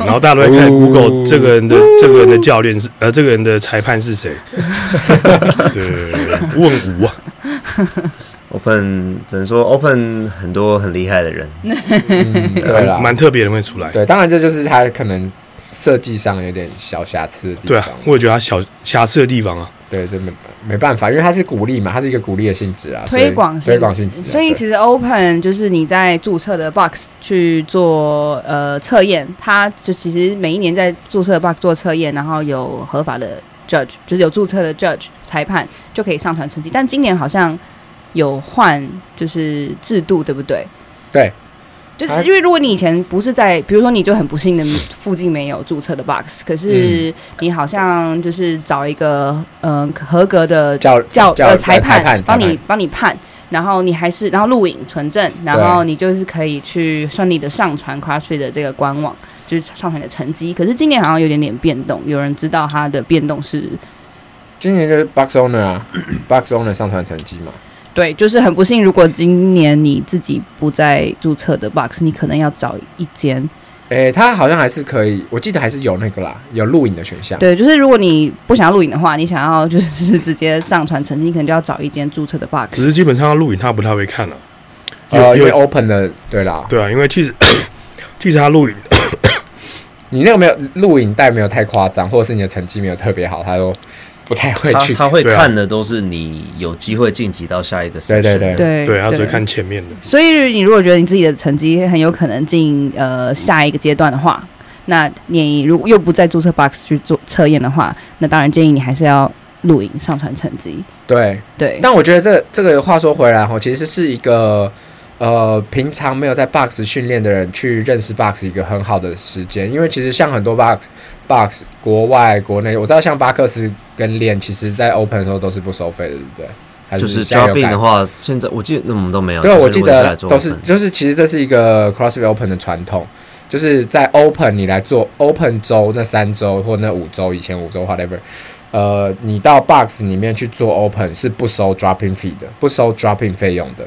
然后大家都在看 Google 这个人的这个人的教练是呃，这个人的裁判是谁？对，问吴啊， Open 只能说 Open 很多很厉害的人，嗯，对啦，蛮特别的人会出来。对，当然这就是他可能设计上有点小瑕疵的地对方啊。，我也觉得他小瑕疵的地方啊，对，这没没办法，因为它是鼓励嘛，它是一个鼓励的性质啊，所以推广推广性质啊。所以对其实 Open 就是你在注册的 box 去做呃测验，它就其实每一年在注册的 box 做测验，然后有合法的 judge，就是有注册的 judge 裁判就可以上传成绩。但今年好像有换就是制度，对不对？对，就是因为如果你以前不是在，比如说你就很不幸的附近没有注册的 box，可嗯是你好像就是找一个嗯、呃合格的叫教叫呃裁呃裁判判帮裁你判帮你判，然后你还是然后录影存证，然后你就是可以去顺利的上传 CrossFit 的这个官网，就是上传你的成绩。可是今年好像有点点变动，有人知道它的变动是今年就是 box owner 啊 [CLEARS THROAT] ，box owner 上传成绩嘛。对，就是很不幸，如果今年你自己不在注册的 box，你可能要找一间。诶、他好像还是可以，我记得还是有那个啦，有录影的选项。对，就是如果你不想要录影的话，你想要就是直接上传成绩，你可能就要找一间注册的只 box。是基本上他录影他不太会看了、呃，有因为有 open 的，对啦，对啊，因为其实其实他录影你那个没有录影带没有太夸张，或者是你的成绩没有特别好，他都不太会他去。他会对啊看的都是你有机会晋级到下一个对 section。对对，对对他只会看前面的，所以你如果觉得你自己的成绩很有可能进呃下一个阶段的话，那你如果又不在注册 box 去做测验的话，那当然建议你还是要录影上传成绩。对。对，但我觉得这这个话说回来哈，其实是一个呃平常没有在 box 训练的人去认识 box 一个很好的时间，因为其实像很多 box box 国外国内，我知道像巴克斯跟练，其实在 open 的时候都是不收费的，对不对？还就是是现在 job 有 in 改的话，现在我记得那我们都没有。对，啊就是我记如果是得来做都是 open 就是其实这是一个 CrossFit Open 的传统，就是在 Open 你来做 Open 周那三周或那五周，以前五周 whatever，呃，你到 Box 里面去做 Open 是不收 dropping fee 的，不收 dropping 费用的，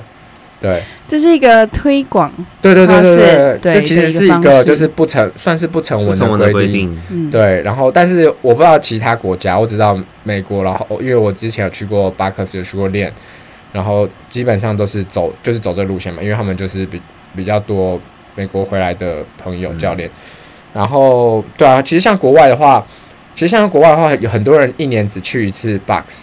对。这是一个推广，对对对对 CrossFit，对这其实是的一一个个方式就是不成算是不成不文成文的规规定，定，嗯，对，然后但是我不知道其他国家，我只知道美国，然后因为我之前有去过巴克斯，有去过练，然后基本上都是走就是走这路线嘛，因为他们就是比比较多美国回来的朋友嗯教练，然后对啊，其实像国外的话，其实像国外的话，有很多人一年只去一次 box，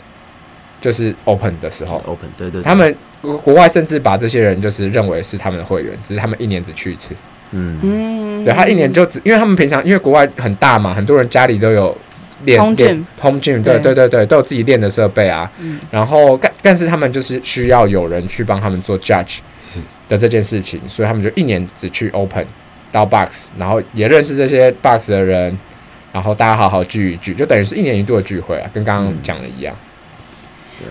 就是 open 的时候， open 对对，对他们国国外甚至把这些人就是认为是他们的会员，只是他们一年只去一次。嗯嗯，对他一年就只，因为他们平常因为国外很大嘛，很多人家里都有练 Home 练 gym home gym，对对对对对，都有自己练的设备啊。嗯然后但但是他们就是需要有人去帮他们做 judge 嗯的这件事情，所以他们就一年只去 open 到 box，然后也认识这些 box 的人，然后大家好好聚一聚，就等于是一年一度的聚会啊，跟刚嗯刚讲的一样。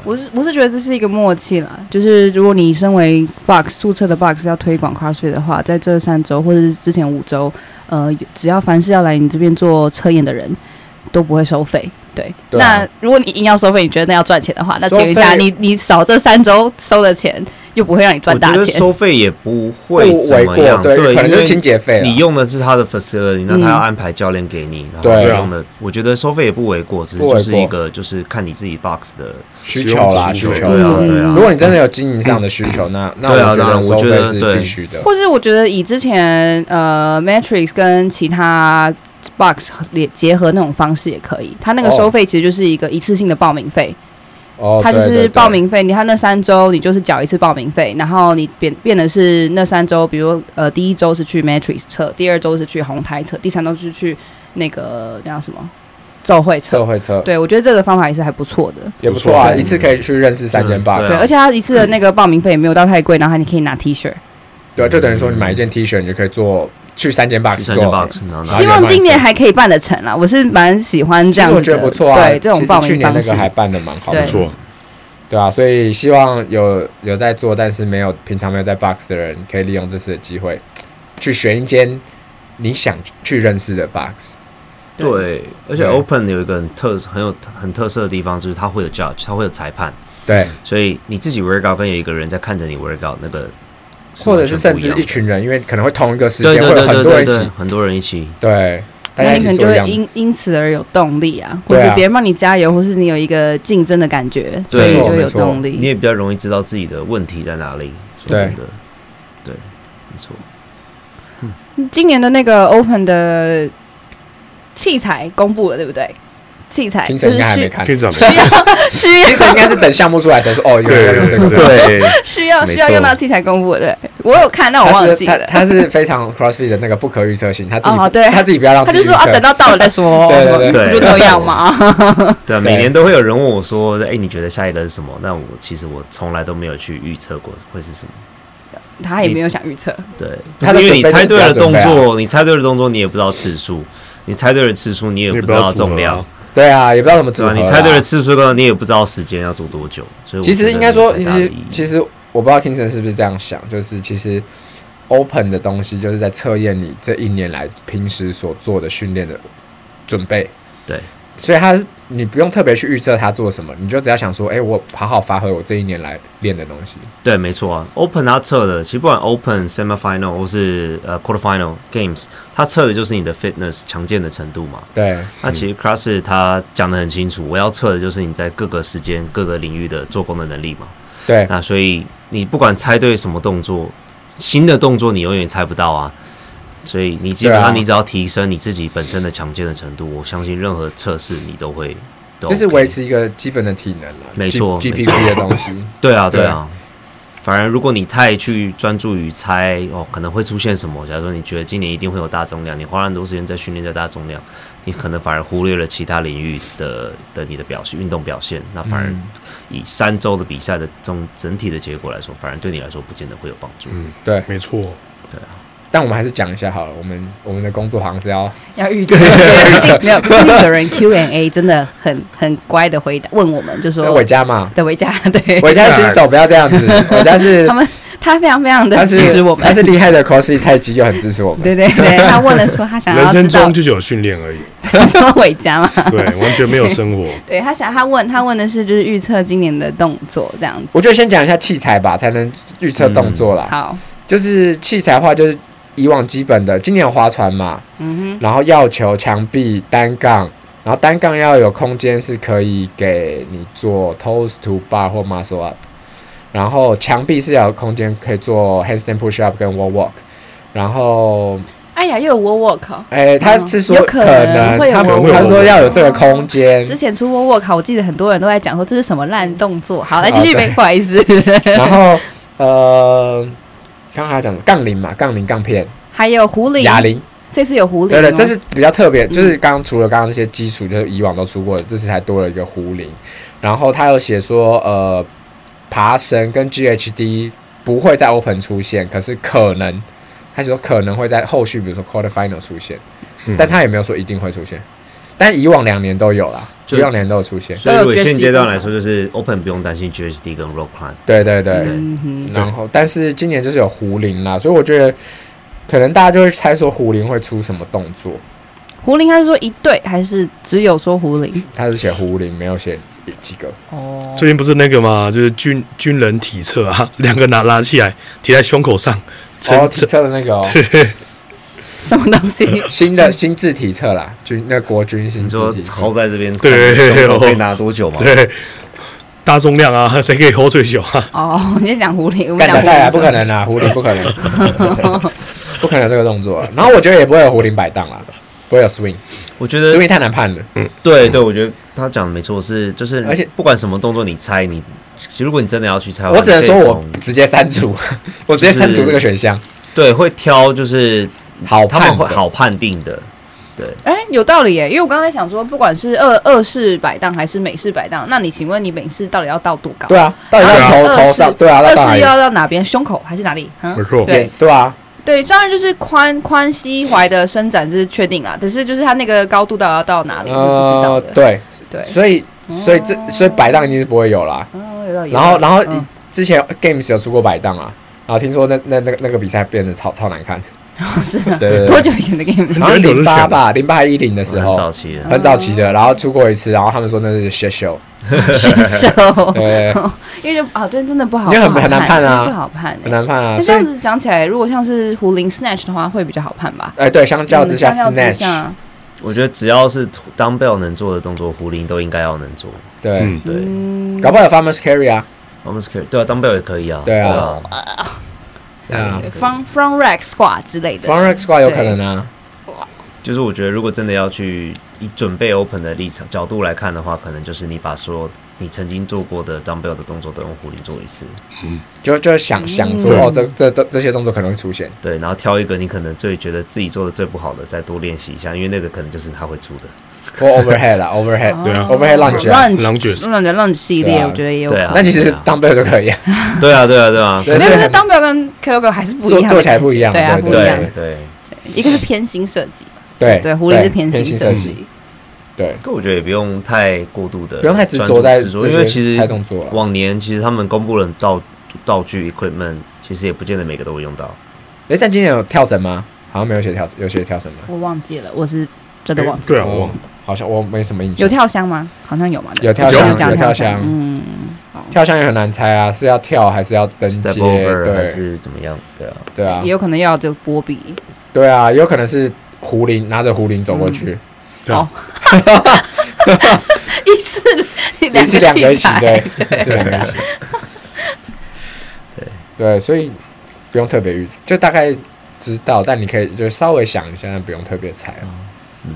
我是我是觉得这是一个默契啦，就是如果你身为 Box 注册的 Box 要推广 CrossFit 的话，在这三周或者是之前五周，呃，只要凡是要来你这边做测验的人，都不会收费。对，对啊那如果你硬要收费，你觉得那要赚钱的话，那请问一收下，费你你少这三周收的钱，又不会让你赚我觉大得钱。收费也不不会为怎么过，样，对，可能因就是为清洁啊费你了。用的是他的 facility，那嗯他要安排教练给你，然对啊后用的，我觉得收费也不为过，只是不为过就是一个就是看你自己 box 的，需求啦，需使用者求。对啊嗯对啊。如果你真的有经营上的需求，那那对啊我觉当得然收我觉费得是对必须的。或是我觉得以之前呃 Matrix 跟其他 Box 也结合那种方式也可以，它那个哦收费其实就是一个一次性的报名费。哦，他就对对是对报名费，你看那三周你就是缴一次报名费，然后你变变的是那三周，比如呃第一周是去 Matrix 测，第二周是去红台测，第三周是去那个那叫什么奏会测。测绘测对，我觉得这个方法也是还不错的。也不错啊，不错一次可以去认识三间嗯 box，对对，啊而且它一次的那个报名费也没有到太贵，然后你可以拿 T 恤。对啊，就等于说你买一件 T 恤，你就可以做去三间 box 三个做。 box，然后拿拿希望今年还可以办得成啦，我是蛮喜欢这其样实子我的。觉得不错啊，对这种其实报去名年方那式个。还办的蛮好的，不错，对啊，所以希望有有在做，但是没有平常没有在 box 的人，可以利用这次的机会去选一间你想去认识的 box。对，而且对 open 有一个很特很有很特色的地方，就是它会有 judge，它会有裁判，对，所以你自己 workout 跟有一个人在看着你 workout 那个，或者是甚至一群人，因为可能会同一个时间会有很对多人对一对，起，很多人一起，对，大那家你一可起能就做一会样的因因此而有动力啊，或对啊者别人帮你加油，或是你有一个竞争的感觉，所以对你就会没有错动力。你也比较容易知道自己的问题在哪里。说真的，对，没错。今年的那个 Open 的器材公布了，对不对？器材听就审是应该还没需看，可以听这需样要 [LAUGHS] 需要审应该是等项目出来才说哦，有人要用这个，对，需 [LAUGHS] 要没 [LAUGHS] 需错要用到器材公布了，对我有看，但我他忘是记他了。他是非常 CrossFit 的那个不可预测性，他自己、哦对他自己不要让他自己就预测说啊，等到到了再说， [LAUGHS] 对对对 [LAUGHS] 不就那样 [LAUGHS] 嘛。对啊，每年都会有人问我说：“哎、你觉得下一个是什么？”那我其实我从来都没有去预测过会是什么。他也没有想预测。对，不他是的因为你准备猜是对不要了准动备啊作，你猜对了动作，你也不知道次数，你猜对了次数，你也也不不知知道道组合啊重量，对啊，也不知道怎么组对合吧？啊。你猜对了次数跟你也不知道时间要做多久，所以我其觉实得应该说，其没有太大的实意义其实我不知道 Kingston 是不是这样想，就是其实 open 的东西就是在测验你这一年来平时所做的训练的准备。对，所以他你不用特别去预测他做什么，你就只要想说，哎、我好好发挥我这一年来练的东西。对，没错啊。Open 它测的，其实不管 Open、Semifinal 或是呃 Quarterfinal Games，它测的就是你的 fitness 强健的程度嘛。对，那其实 CrossFit 它讲的很清楚，我要测的就是你在各个时间、各个领域的做工的能力嘛。对，那所以你不管猜对什么动作，新的动作你永远猜不到啊。所以你基本对啊上你只要提升你自己本身的强健的程度，我相信任何测试你都会都、就是维。持一个基本的体能啦，没错 g 没 p 错 p 的东西。对啊，对对啊。反而如果你太去专注于猜哦，可能会出现什么，假如说你觉得今年一定会有大重量，你花了很多时间在训练在大重量，你可能反而忽略了其他领域的的你的表现运动表现，那 [LAUGHS] 反而嗯以三周的比赛的总整体的结果来说，反而对你来说不见得会有帮助。嗯，对没错。但我们还是讲一下好了，我们我们的工作好像是要要预测，对没有，今天有人 Q&A 真的很很乖的回答，问我们就说要哎伟 [LAUGHS] 嘉嘛，对维嘉，对伟嘉是新手不要这 [LAUGHS] 样子，伟嘉是他们他非常非常的他支是持我们他，是厉害的 CrossFit 菜鸡，就很支持我们。对对 [LAUGHS] 对，他问了说他想人要生知道 [LAUGHS] 中就只有训练而已，说维嘉嘛，对，完全没有生活。对他想他问他问的是就是预测今年的动作这样子，我就先讲一下器材吧，才能预测动作啦。嗯好，就是器材的话，就是以往基本的，今年有划船嘛，嗯哼，然后药球、墙壁、单杠，然后单杠要有空间是可以给你做 toes to bar 或 muscle up，然后墙壁是要有空间可以做 handstand push up 跟 wall walk，然后哎呀，又有 War Walk，哦诶、他是说有可可能会有哦他 wall walk 他说要有这个空间，嗯之前出 War Walk，我记得很多人都在讲说这是什么烂动作，好，来啊继续对呗，不好意 [LAUGHS] 思，然后呃，刚才讲的杠铃嘛，杠铃杠片、还有狐狸，哑铃，这次有狐狸对吗，嗯对，这是比较特别，就是刚刚除了刚刚这些基础，就是以往都出过的，这次还多了一个壶铃。然后他有写说，呃，爬绳跟 GHD 不会在 Open 出现，可是可能，他说可能会在后续，比如说 Quarter Final 出现，嗯但他也没有说一定会出现。但以往两年都有啦，以就往两年都有出现。所以如果现阶段来都说，就是 Open 不用担心 GHD 跟 Rock Climb。对对对，嗯哼，然后，但是今年就是有胡林啦，所以我觉得可能大家就会猜说胡林会出什么动作。狐狸他是说一对还是只有说狐狸？他是写胡林，没有写几个。哦，最近不是那个嘛，就是军军人体测啊， [LAUGHS] 两个拿拉起来贴在胸口上，撑哦，体撑测的那个哦，什么东西？ [LAUGHS] 新的新制体测啦，军那国军新你 [LAUGHS] 制说体测超。在这边，对哦看我可以拿多久嘛？对，大重量啊， [LAUGHS] 谁可以 hold 最久啊？哦，你在讲狐狸，我们干讲假狐赛啊，狸，不可。能 [LAUGHS] 啊，胡林不可能，不可能有 [LAUGHS] 这个动作啊。然后我觉得也不会有胡林摆荡啦，不会有 swing，swing 我觉得太难判了。对对，我觉得他讲的没错，是就是，嗯而且不管什么动作你猜，你其实如果你真的要去猜的话，我只能你说可以我从直接删除， [LAUGHS] 我直接删除这个选项。对会挑就是好他们判会的，好判定的，哎，有道理耶，因为我刚才想说，不管是二二式摆荡还是美式摆荡，那你请问你美式到底要到多高？对啊，到底然要后头二头式上，对啊，那二当然式也要到哪边？胸口还是哪里？嗯没，错，对对啊，对，当然就是髋髋膝踝的伸展这是确定啦，只是就是它那个高度到底要到哪里是不知道呃，的。对，对，哦所以所以这所以摆荡一定是不会有啦。嗯，有道理。然后有道然后理嗯 [LAUGHS] 之前 Games 有出过摆荡啊，然后听说那那那个那个比赛变得超超难看，是 [LAUGHS] 啊对对对多久以前的 game？ [LAUGHS] 然后很久零之前八了吧，零八还一零的时很早候。期的。嗯很早期的，然后出过一次，然后他们说那是 shit show，选手， [LAUGHS] 对，因为就啊，对，真的不好，因为很不好很难判啊不好判欸。很难判啊。那所这样，以子讲起来，如果像是胡林 snatch 的话，会比较好判吧？哎，对，相较之下嗯相较之 snatch，下，我觉得只要是 dumbbell 能做的动作，壶铃都应该要能做。对，嗯，对，嗯搞不好有 farmers carry 啊，我们是可以，对啊，dumbbell 也可以啊。对啊啊，啊对 front front rack squat 之类的 farmers squad 有可对能啊，就是我觉得如果真的要去以准备 open 的立场角度来看的话，可能就是你把所有你曾经做过的 dumbbell 的动作都用壶铃做一次，就就想想说嗯哦，这这这这些动作可能会出现，对，然后挑一个你可能最觉得自己做的最不好的，再多练习一下，因为那个可能就是他会出 [LAUGHS] 的。 [LAUGHS] 或 overhead 啦，overhead，哦对啊 overhead lunge 啊 lunge Lunges lunge lunge 系对列，啊我觉得也有。对啊没那其实对啊 dumbbell 就可以啊，对啊，对啊，对啊，对有，所以那很 dumbbell 跟 kettlebell 还是不一做样的感觉，做起来不一样对啊，对不一样。对对。一个是偏心设计嘛，对对，狐狸是偏心心设计，计，对，可我觉得也不用太过度的，不用太执着在执着，这因为些其实猜动作啊了往年其实他们公布了道道具 equipment，其实也不见得每个都会用到。诶，但今年有跳绳吗？好像没有写跳，有写跳绳吗？我忘记了，我是真的忘记了。对啊，哦我好像我没什么印象。有跳箱吗？好像有嘛？对有跳我箱记得有跳跳箱嗯，好跳箱也很难猜啊，是要跳还是要登阶？ step over 还对是怎么样？对啊，对啊也，有可能要这个波比，对啊，有可能是狐狸拿着狐狸走过去，对啊 [LAUGHS] 好，哦一次一次两个题一起材，对， [LAUGHS] 一次两个一起，对对，所以不用特别预测，就大概知道，但你可以就稍微想一下，但不用特别猜了。嗯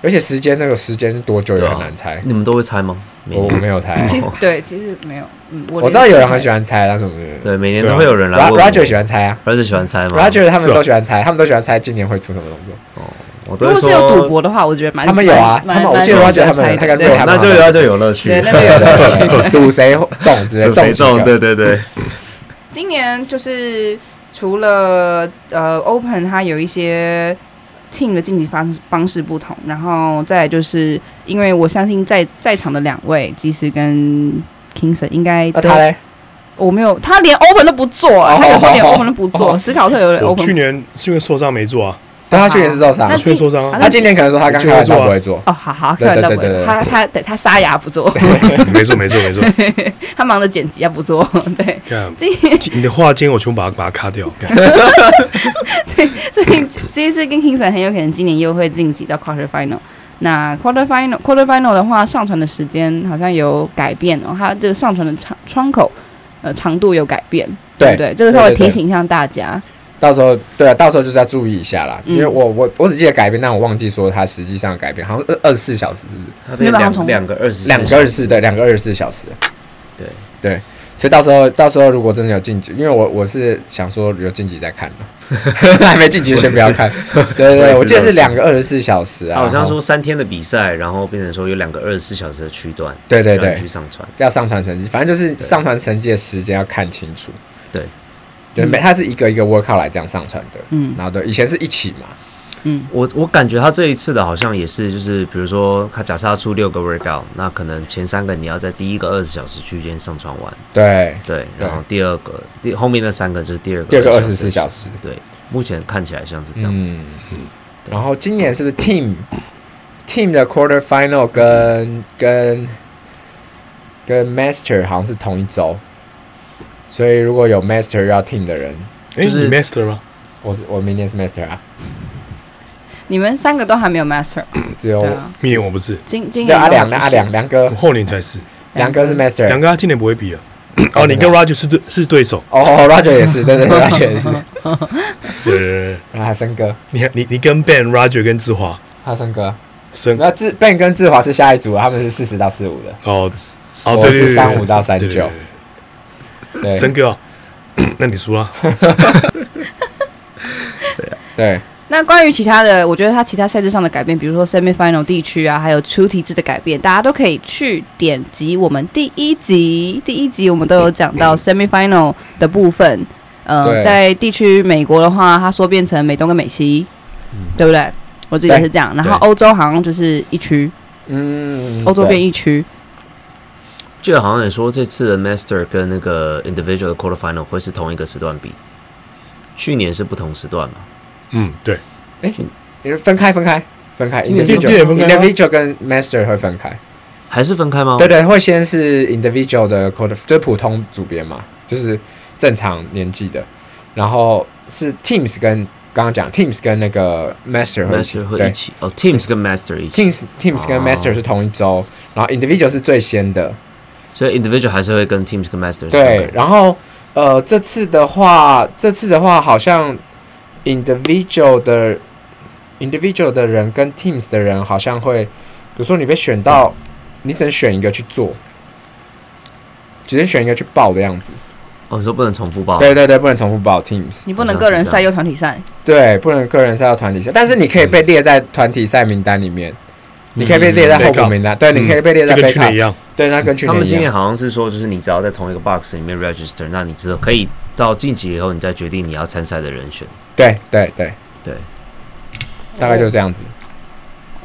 而且时间那个时间多久也很难猜，你们都会猜吗？每哎我我年没有猜，啊嗯其实对，其实没有，嗯，我哦我知道有人很喜欢猜，但是我没有对，每年都会有人来问 Ra- 我。 Roger 啊喜欢猜啊 Roger 喜欢猜吗，Roger 他们是啊都喜欢猜，他们都喜欢猜今年会出什么动作。如我都会果是有赌说，博的话，我觉得蛮他们有啊蛮他们蛮我记得蛮 Roger 他们蛮他跟对瑞对他那们就那就有乐趣。对那对个有对对， [LAUGHS] 赌谁中之类，有谁中中？几个啊对对对，今年就是除了呃 Open，它有一些 team 的晋级方式方式不同，然后再来就是因为我相信在在场的两位，即使跟 Kingston 应该那都、他嘞？我没有，他连 Open 都不做、啊，哦他有时候连哦 Open 都不做，哦史考特有点我去 Open 年是因为受伤没做啊，对，他去年是受伤那我今去年受啊伤啊，他今年可能说他刚开完啊刀不会做，哦，好好，对看到对我对对对他他对他沙哑不做，没错没错没错，他忙着剪辑啊不做，对，看今你的话，今天我全部把它把它卡掉，干所以这这一次跟 Kingston 很有可能今年又会晋级到 Quarter Final。那 Quarter Final Quarter Final 的话，上传的时间好像有改变哦，它这个上传的长窗口呃长度有改变，对不对？这个稍微对对对提醒一下大家。到时候对啊，到时候就是要注意一下啦，嗯因为我我我只记得改变，但我忘记说他实际上的改变，好像二二十四小时是不是？他没被有办法两重两个二十，两个二十四，对，两个二十四小时，对对，所以到时候到时候如果真的有晋级，因为我我是想说有晋级再看 [LAUGHS] 嘛，还没晋级就先不要看，对对我也对，是我记得这是两样个二十四小时他啊，好像然后说三天的比赛，然后变成说有两个二十四小时的区段，对对让你对去，上传。要上传成绩，反正就是上传成绩的时间要看清楚。对，对，嗯每它是一个一个 workout 来这样上传的。嗯然后对，以前是一起嘛，嗯，我我感觉他这一次的好像也是，就是比如说他假设他出六个 workout，那可能前三个你要在第一个二十小时区间上传完，对，对，对然后第二个第后面那三个就是第二个第二个二十24四小时对，目前看起来像是这样子，嗯，然后今年是不是 team team 的 quarter final 跟跟跟 master 好像是同一周，所以如果有 master 要 team 的人，哎，就是你 master 吗？我是我明年是 master 啊，你们三个都还没有 master，只有对啊，明年我不是，今今对年阿都还良不阿是良梁哥我后年才是，梁哥是 master，两个他今年不会比了。哦，你跟 Roger 是对是对手，哦，Roger 也是，对对对，Roger 也是，对对对对，然后还森哥，你你你跟 Ben、Roger 跟志华还有森哥，生那志 Ben 跟志华是下一组啊，他们是四十到四五的，哦哦，我对是对对对， 35到39对对对对对森哥，啊 [CLEARS THROAT] 那你输了，对那关于其他的，我觉得它其他赛制上的改变，比如说 semifinal 地区啊，还有出题制的改变，大家都可以去点击我们第一集。第一集我们都有讲到 semifinal 的部分。呃，对在地区美国的话，它说变成美东跟美西，对不对？我记得嗯对是这样。然后对欧洲好像就是一区，嗯，欧洲变对一区。记得好像也说这次的 master 跟那个 individual 的 quarter final 会是同一个时段比，去年是不同时段嘛，嗯，对，你们分开分开分开今年今年也分开吗，individual，individual 跟 master 会分开，还是分开吗？对对，会先是 individual 的 quarter，就是普通组别嘛，就是正常年纪的，然后是 teams 跟刚刚讲 teams 跟那个 master 会一起，master 会对一起哦，teams 跟 master 一起， teams teams 跟哦 master 是同一周，然后 individual 是最先的，所以 individual 还是会跟 teams 跟 master 对，然后呃，这次的话，这次的话好像 individual 的 individual 的人跟 teams 的人好像会，比如说你被选到，你只能选一个去做，只能选一个去报的样子。哦，你说不能重复报？对对对，不能重复报 teams，你不能个人赛又团体赛，对，不能个人赛到团体赛，但是你可以被列在团体赛名单里面，你可以被列在候补名单，对，你可以被列在嗯这跟 b 去 a 年一样，对，那跟去他们年一今年样。好像是说，就是你只要在同一个 box 里面 register，那你之后可以到晋级以后，你再决定你要参赛的人选。对对对对，大概就是这样子。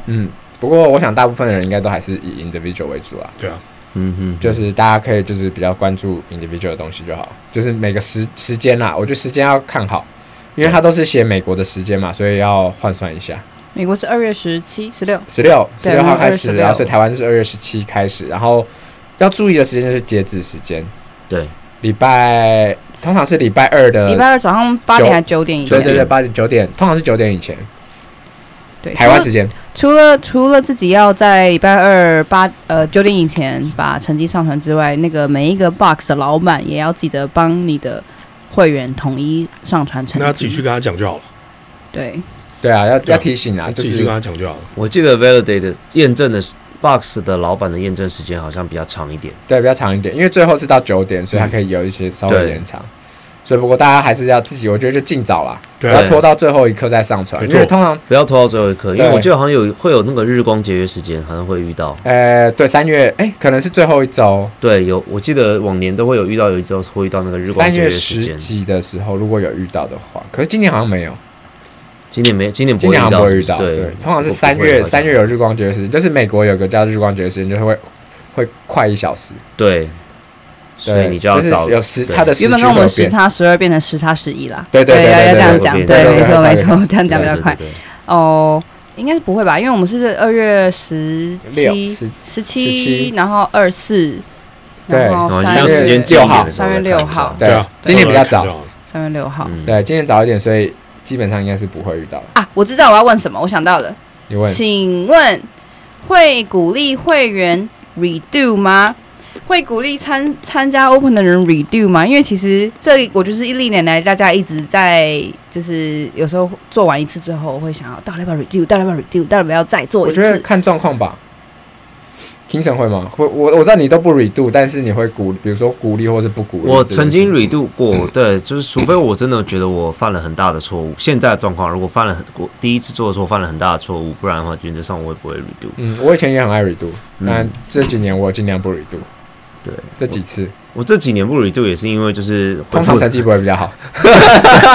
嗯，不过我想大部分的人应该都还是以 individual 为主啊，对啊，嗯哼，就是大家可以就是比较关注 individual 的东西就好，就是每个时时间啦，我觉得时间要看好，因为它都是写美国的时间嘛，所以要换算一下。美国是二月十七、十六，十六十对六号2开始， 16然后所以台湾是二月十七开始，然后要注意的时间就是截止时间，对，礼拜通常是礼拜二的，礼拜二早上八点呃九还九点以对前，对对，八点九点，通常是九点以前，对台湾时间，除了除了自己要在礼拜二八呃九点以前把成绩上传之外，那个每一个 box 的老板也要记得帮你的会员统一上传成绩。那自己去跟他讲就好了，对，对啊，要对啊要提醒啊， [LAUGHS] 就自己去跟是他讲就好了。我记得 validate 验证的 box 的老板的验证时间好像比较长一点。对比较长一点，因为最后是到九点，所以它可以有一些稍微对延长。所以，不过大家还是要自己，我觉得就尽早啦，不对要啊，拖到最后一刻再上传，没因为错通常，不要拖到最后一刻，因为对我记得好像有会有那个日光节约时间，好像会遇到。呃，对，三月，哎，可能是最后一周，对，有我记得往年都会有遇到，有一周会遇到那个日光三节月约时十间。几的时候，如果有遇到的话，可是今年好像没有。今年没，今年不今会年好遇像不到会是不遇是，到，对，通常是如果不会三的月，话三月有日光节的时间，就是美国有个叫日光节的时间，就会会快一小时，对，所对，以你就要是早有时对它的时原本区跟我会们变时差十二变成时差十一啦。对对要对对要这对样对讲，对对，对没错对没对错对，这样讲比较对对快对对哦。应该是不会吧？因为我们是二月十六七、十十七， 17然后二四，对然后然三后就月哦时间近近六一号点的时三候月再六看一下号对啊，今年比较早到了看就好了三月六号、嗯对，今年早一点，所以基本上应该是不会遇到了。啊！我知道我要问什么，我想到了。你问请问会鼓励会员 redo 吗？会鼓励参参加 Open 的人 redo 吗？因为其实这我就是历年来大家一直在，就是有时候做完一次之后，我会想要到底要不要 redo，到底要不要 redo，到底要不要再做我一觉得次？看状况吧。k i n g s o n 会吗？会，我我知道你都不 redo，但是你会鼓，比如说鼓励或是不鼓励。我曾经 redo 嗯过，对，就是除非我真的觉得我犯了很大的错误，现在的状况如果犯了很我第一次做的时候犯了很大的错误，不然的话原则上我也不会 redo。嗯，我以前也很爱 redo，但嗯，这几年我尽量不 redo。对，这几次我这几年不 redo 也是因为就是回通复常成绩不会哦比较好， [LAUGHS]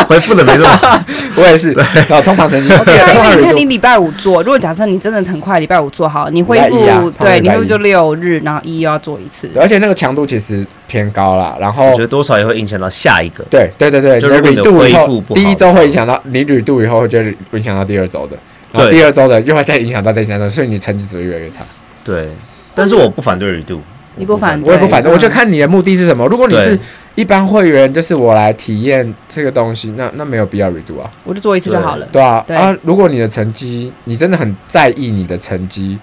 回复的没这么好，我也是。然后通 [LAUGHS] 常成绩，通对啊，因常为你 redo 看你礼拜五做，如果假设你真的很快礼拜五做好，你恢礼拜一啊复通常对，礼你拜一呃恢复就六日，然后一又要做一次对。而且那个强度其实偏高啦。然我后觉得多少也会影响到下一个。对对对对，就如果你你的的 redo 以恢后复不好第一周会影响到你 redo 以后，会觉得影响到第二周的，然后对第二周的又会再影响到第三周，所以你成绩只会越来越差。对，但是我不反对 redo，你不反对我也不反对，嗯我就看你的目的是什么。如果你对是一般会员，就是我来体验这个东西，那那没有必要 redo 啊，我就做一次就好了。对啊对啊！如果你的成绩，你真的很在意你的成绩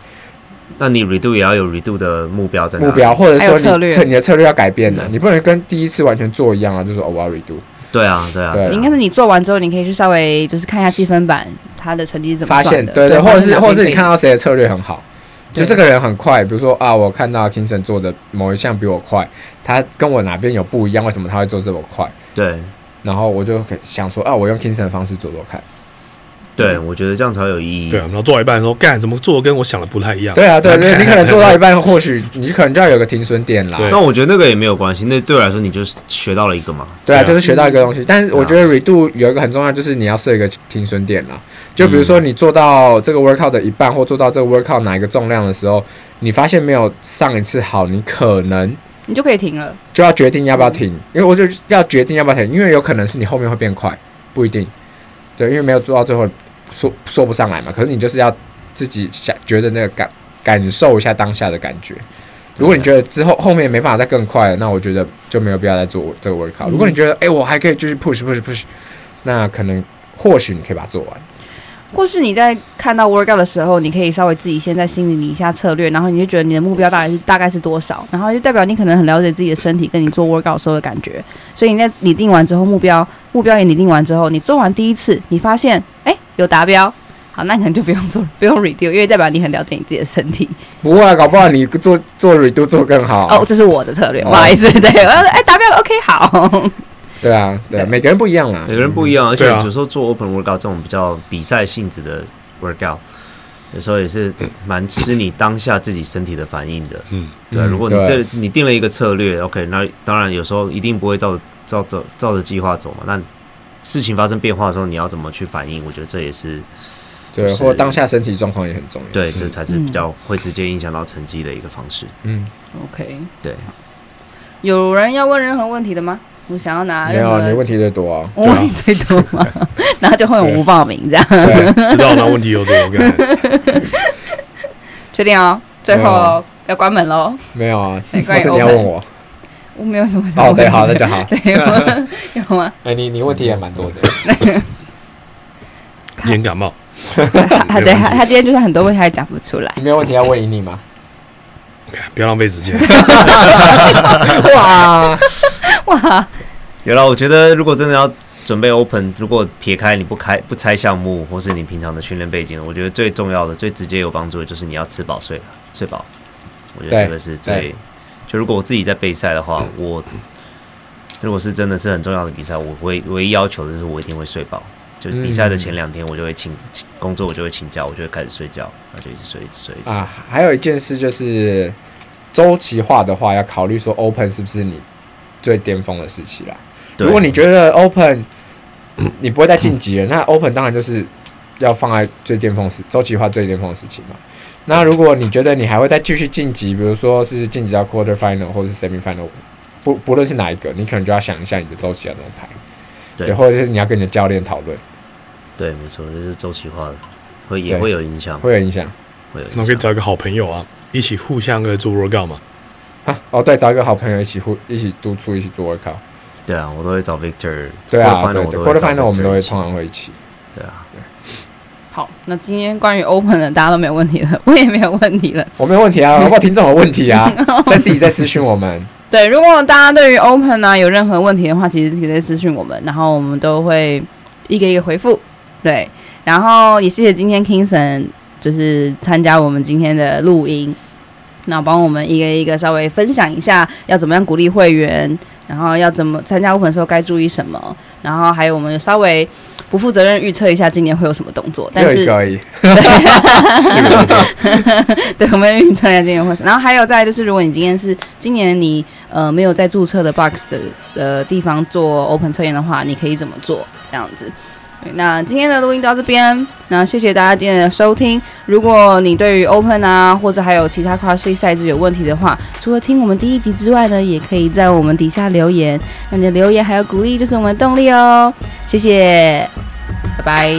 那你 redo 也要有 redo 的目标在哪里目标，或者还有策说略你策你的策略要改变了，嗯你不能跟第一次完全做一样啊，就说哦我要 redo，对啊，对啊，对啊应该是你做完之后，你可以去稍微就是看一下积分板，它的成绩是怎发么现算的，对对，或发者现是哪或者边是可你以看到谁的策略很好，就对这个人很快，比如说啊，我看到 Kingson 做的某一项比我快，他跟我哪边有不一样，为什么他会做这么快？对然后我就想说啊，我用 Kingson 的方式做做看。对，我觉得这样才有意义。对啊，然后做到一半说干怎么做跟我想的不太一样，对啊，对 [LAUGHS] 对，你可能做到一半，或许你可能就要有个停损点啦。啊对那我觉得那个也没有关系，那对我来说你就是学到了一个嘛。对啊，对啊就是学到一个东西。但是我觉得 redo 有一个很重要，就是你要设一个停损点啦。就比如说你做到这个 workout 的一半，或做到这个 workout 哪一个重量的时候，你发现没有上一次好，你可能你就可以停了。就要决定要不要停，因为我就要决定要不要停，因为有可能是你后面会变快，不一定。对，因为没有做到最后，说说不上来嘛。可是你就是要自己想觉得那个感感受一下当下的感觉。如果你觉得之后后面没办法再更快了，那我觉得就没有必要再做这个 workout。嗯如果你觉得哎、诶我还可以继续 push push push，那可能或许你可以把它做完。或是你在看到 workout 的时候，你可以稍微自己先在心里拟一下策略，然后你就觉得你的目标大概是大概是多少，然后就代表你可能很了解自己的身体跟你做 workout 时候的感觉。所以你在拟定完之后，目标目标也拟定完之后，你做完第一次，你发现哎有达标，好，那可能就不用做，不用 redo，因为代表你很了解你自己的身体。不会啊，搞不好你做做 redo 做更好。哦，这是我的策略，哦不好意思，对，我要哎达标了，OK，好，对啊，对啊，每个人不一样啦每。个人不一样，而且对啊有时候做 open workout 这种比较比赛性质的 workout，有时候也是蛮吃你当下自己身体的反应的。嗯，对啊，嗯如果你对这你定了一个策略，OK，那当然有时候一定不会照着照着照着计划走嘛。那事情发生变化的时候，你要怎么去反应？我觉得这也是嗯嗯对，啊是或当下身体状况也很重要。对，嗯这才是比较会直接影响到成绩的一个方式。嗯， OK，对，有人要问任何问题的吗？我想要拿没任有何啊，你问啊题最多 [LAUGHS] 啊。我问你最多吗？然后就会有无报名这样，对，迟到那问题有多？我跟你 [LAUGHS] 讲确定哦。最没有后啊要关门喽，没有啊，没关或系是你要问我。我没有什么想 [LAUGHS] 哦，问对，好，的那就好。 [LAUGHS] 对，我有吗？哎，你你问题也蛮多的。今天感冒，他对他他今天就是很多问题还讲不出来，你没有问题要问你吗？不要浪费时间。 [LAUGHS] [LAUGHS] 哇，哇，有了，我觉得如果真的要准备 open，如果撇开你不开不拆项目，或是你平常的训练背景，我觉得最重要的、最直接有帮助的就是你要吃饱睡睡饱。我觉得对这个是最对。就如果我自己在备赛的话，我如果是真的是很重要的比赛，我唯唯一要求的就是我一定会睡饱。就比赛的前两嗯天，我就会请、请工作，我就会请假，我就会开始睡觉，那就一直睡，一直睡，一直睡。啊，还有一件事就是周期化的话，要考虑说 open 是不是你最巅峰的时期啦。对如果你觉得 open 你不会再晋级了，那 open 当然就是要放在最巅峰时周期化最巅峰的时期嘛。那如果你觉得你还会再继续晋级，比如说是晋级到 quarter final 或者是 semi final，不不论是哪一个，你可能就要想一下你的周期要怎么排，对对，或者是你要跟你的教练讨论，对，没错，这是周期化的，会也对会有影响，会有影响会有影那响。我可以找一个好朋友啊，一起互相的做 workout 嘛。啊。哦，对，找一个好朋友一起互一起督促，一起做 workout。对啊，我都会找 Victor。对啊，对 quarter final 对我，quarter 都会找 final 我们都 Victor 会一起通常会一起。对啊，好，那今天关于 open 的大家都没有问题了，我也没有问题了。我没有问题 [LAUGHS] 啊，搞不好听众有问题啊，再自己再私讯我们。对，如果大家对于 Open 啊有任何问题的话，其实可以私讯我们，然后我们都会一个一个回复。对，然后也谢谢今天 Kingson 就是参加我们今天的录音，那帮我们一个一个稍微分享一下要怎么样鼓励会员，然后要怎么参加 Open 的时候该注意什么，然后还有我们稍微不负责任预测一下今年会有什么动作，[LAUGHS] 只但有是一个而已。 [LAUGHS] 对，我们预测一下今年会是。然后还有再来就是，如果你今天是今年你呃没有在注册的 box 的呃地方做 open 测验的话，你可以怎么做？这样子。对那今天的录音到这边，那谢谢大家今天的收听。如果你对于 Open 啊，或者还有其他 CrossFit 赛制有问题的话，除了听我们第一集之外呢，也可以在我们底下留言。那你的留言还有鼓励，就是我们的动力哦。谢谢，拜拜。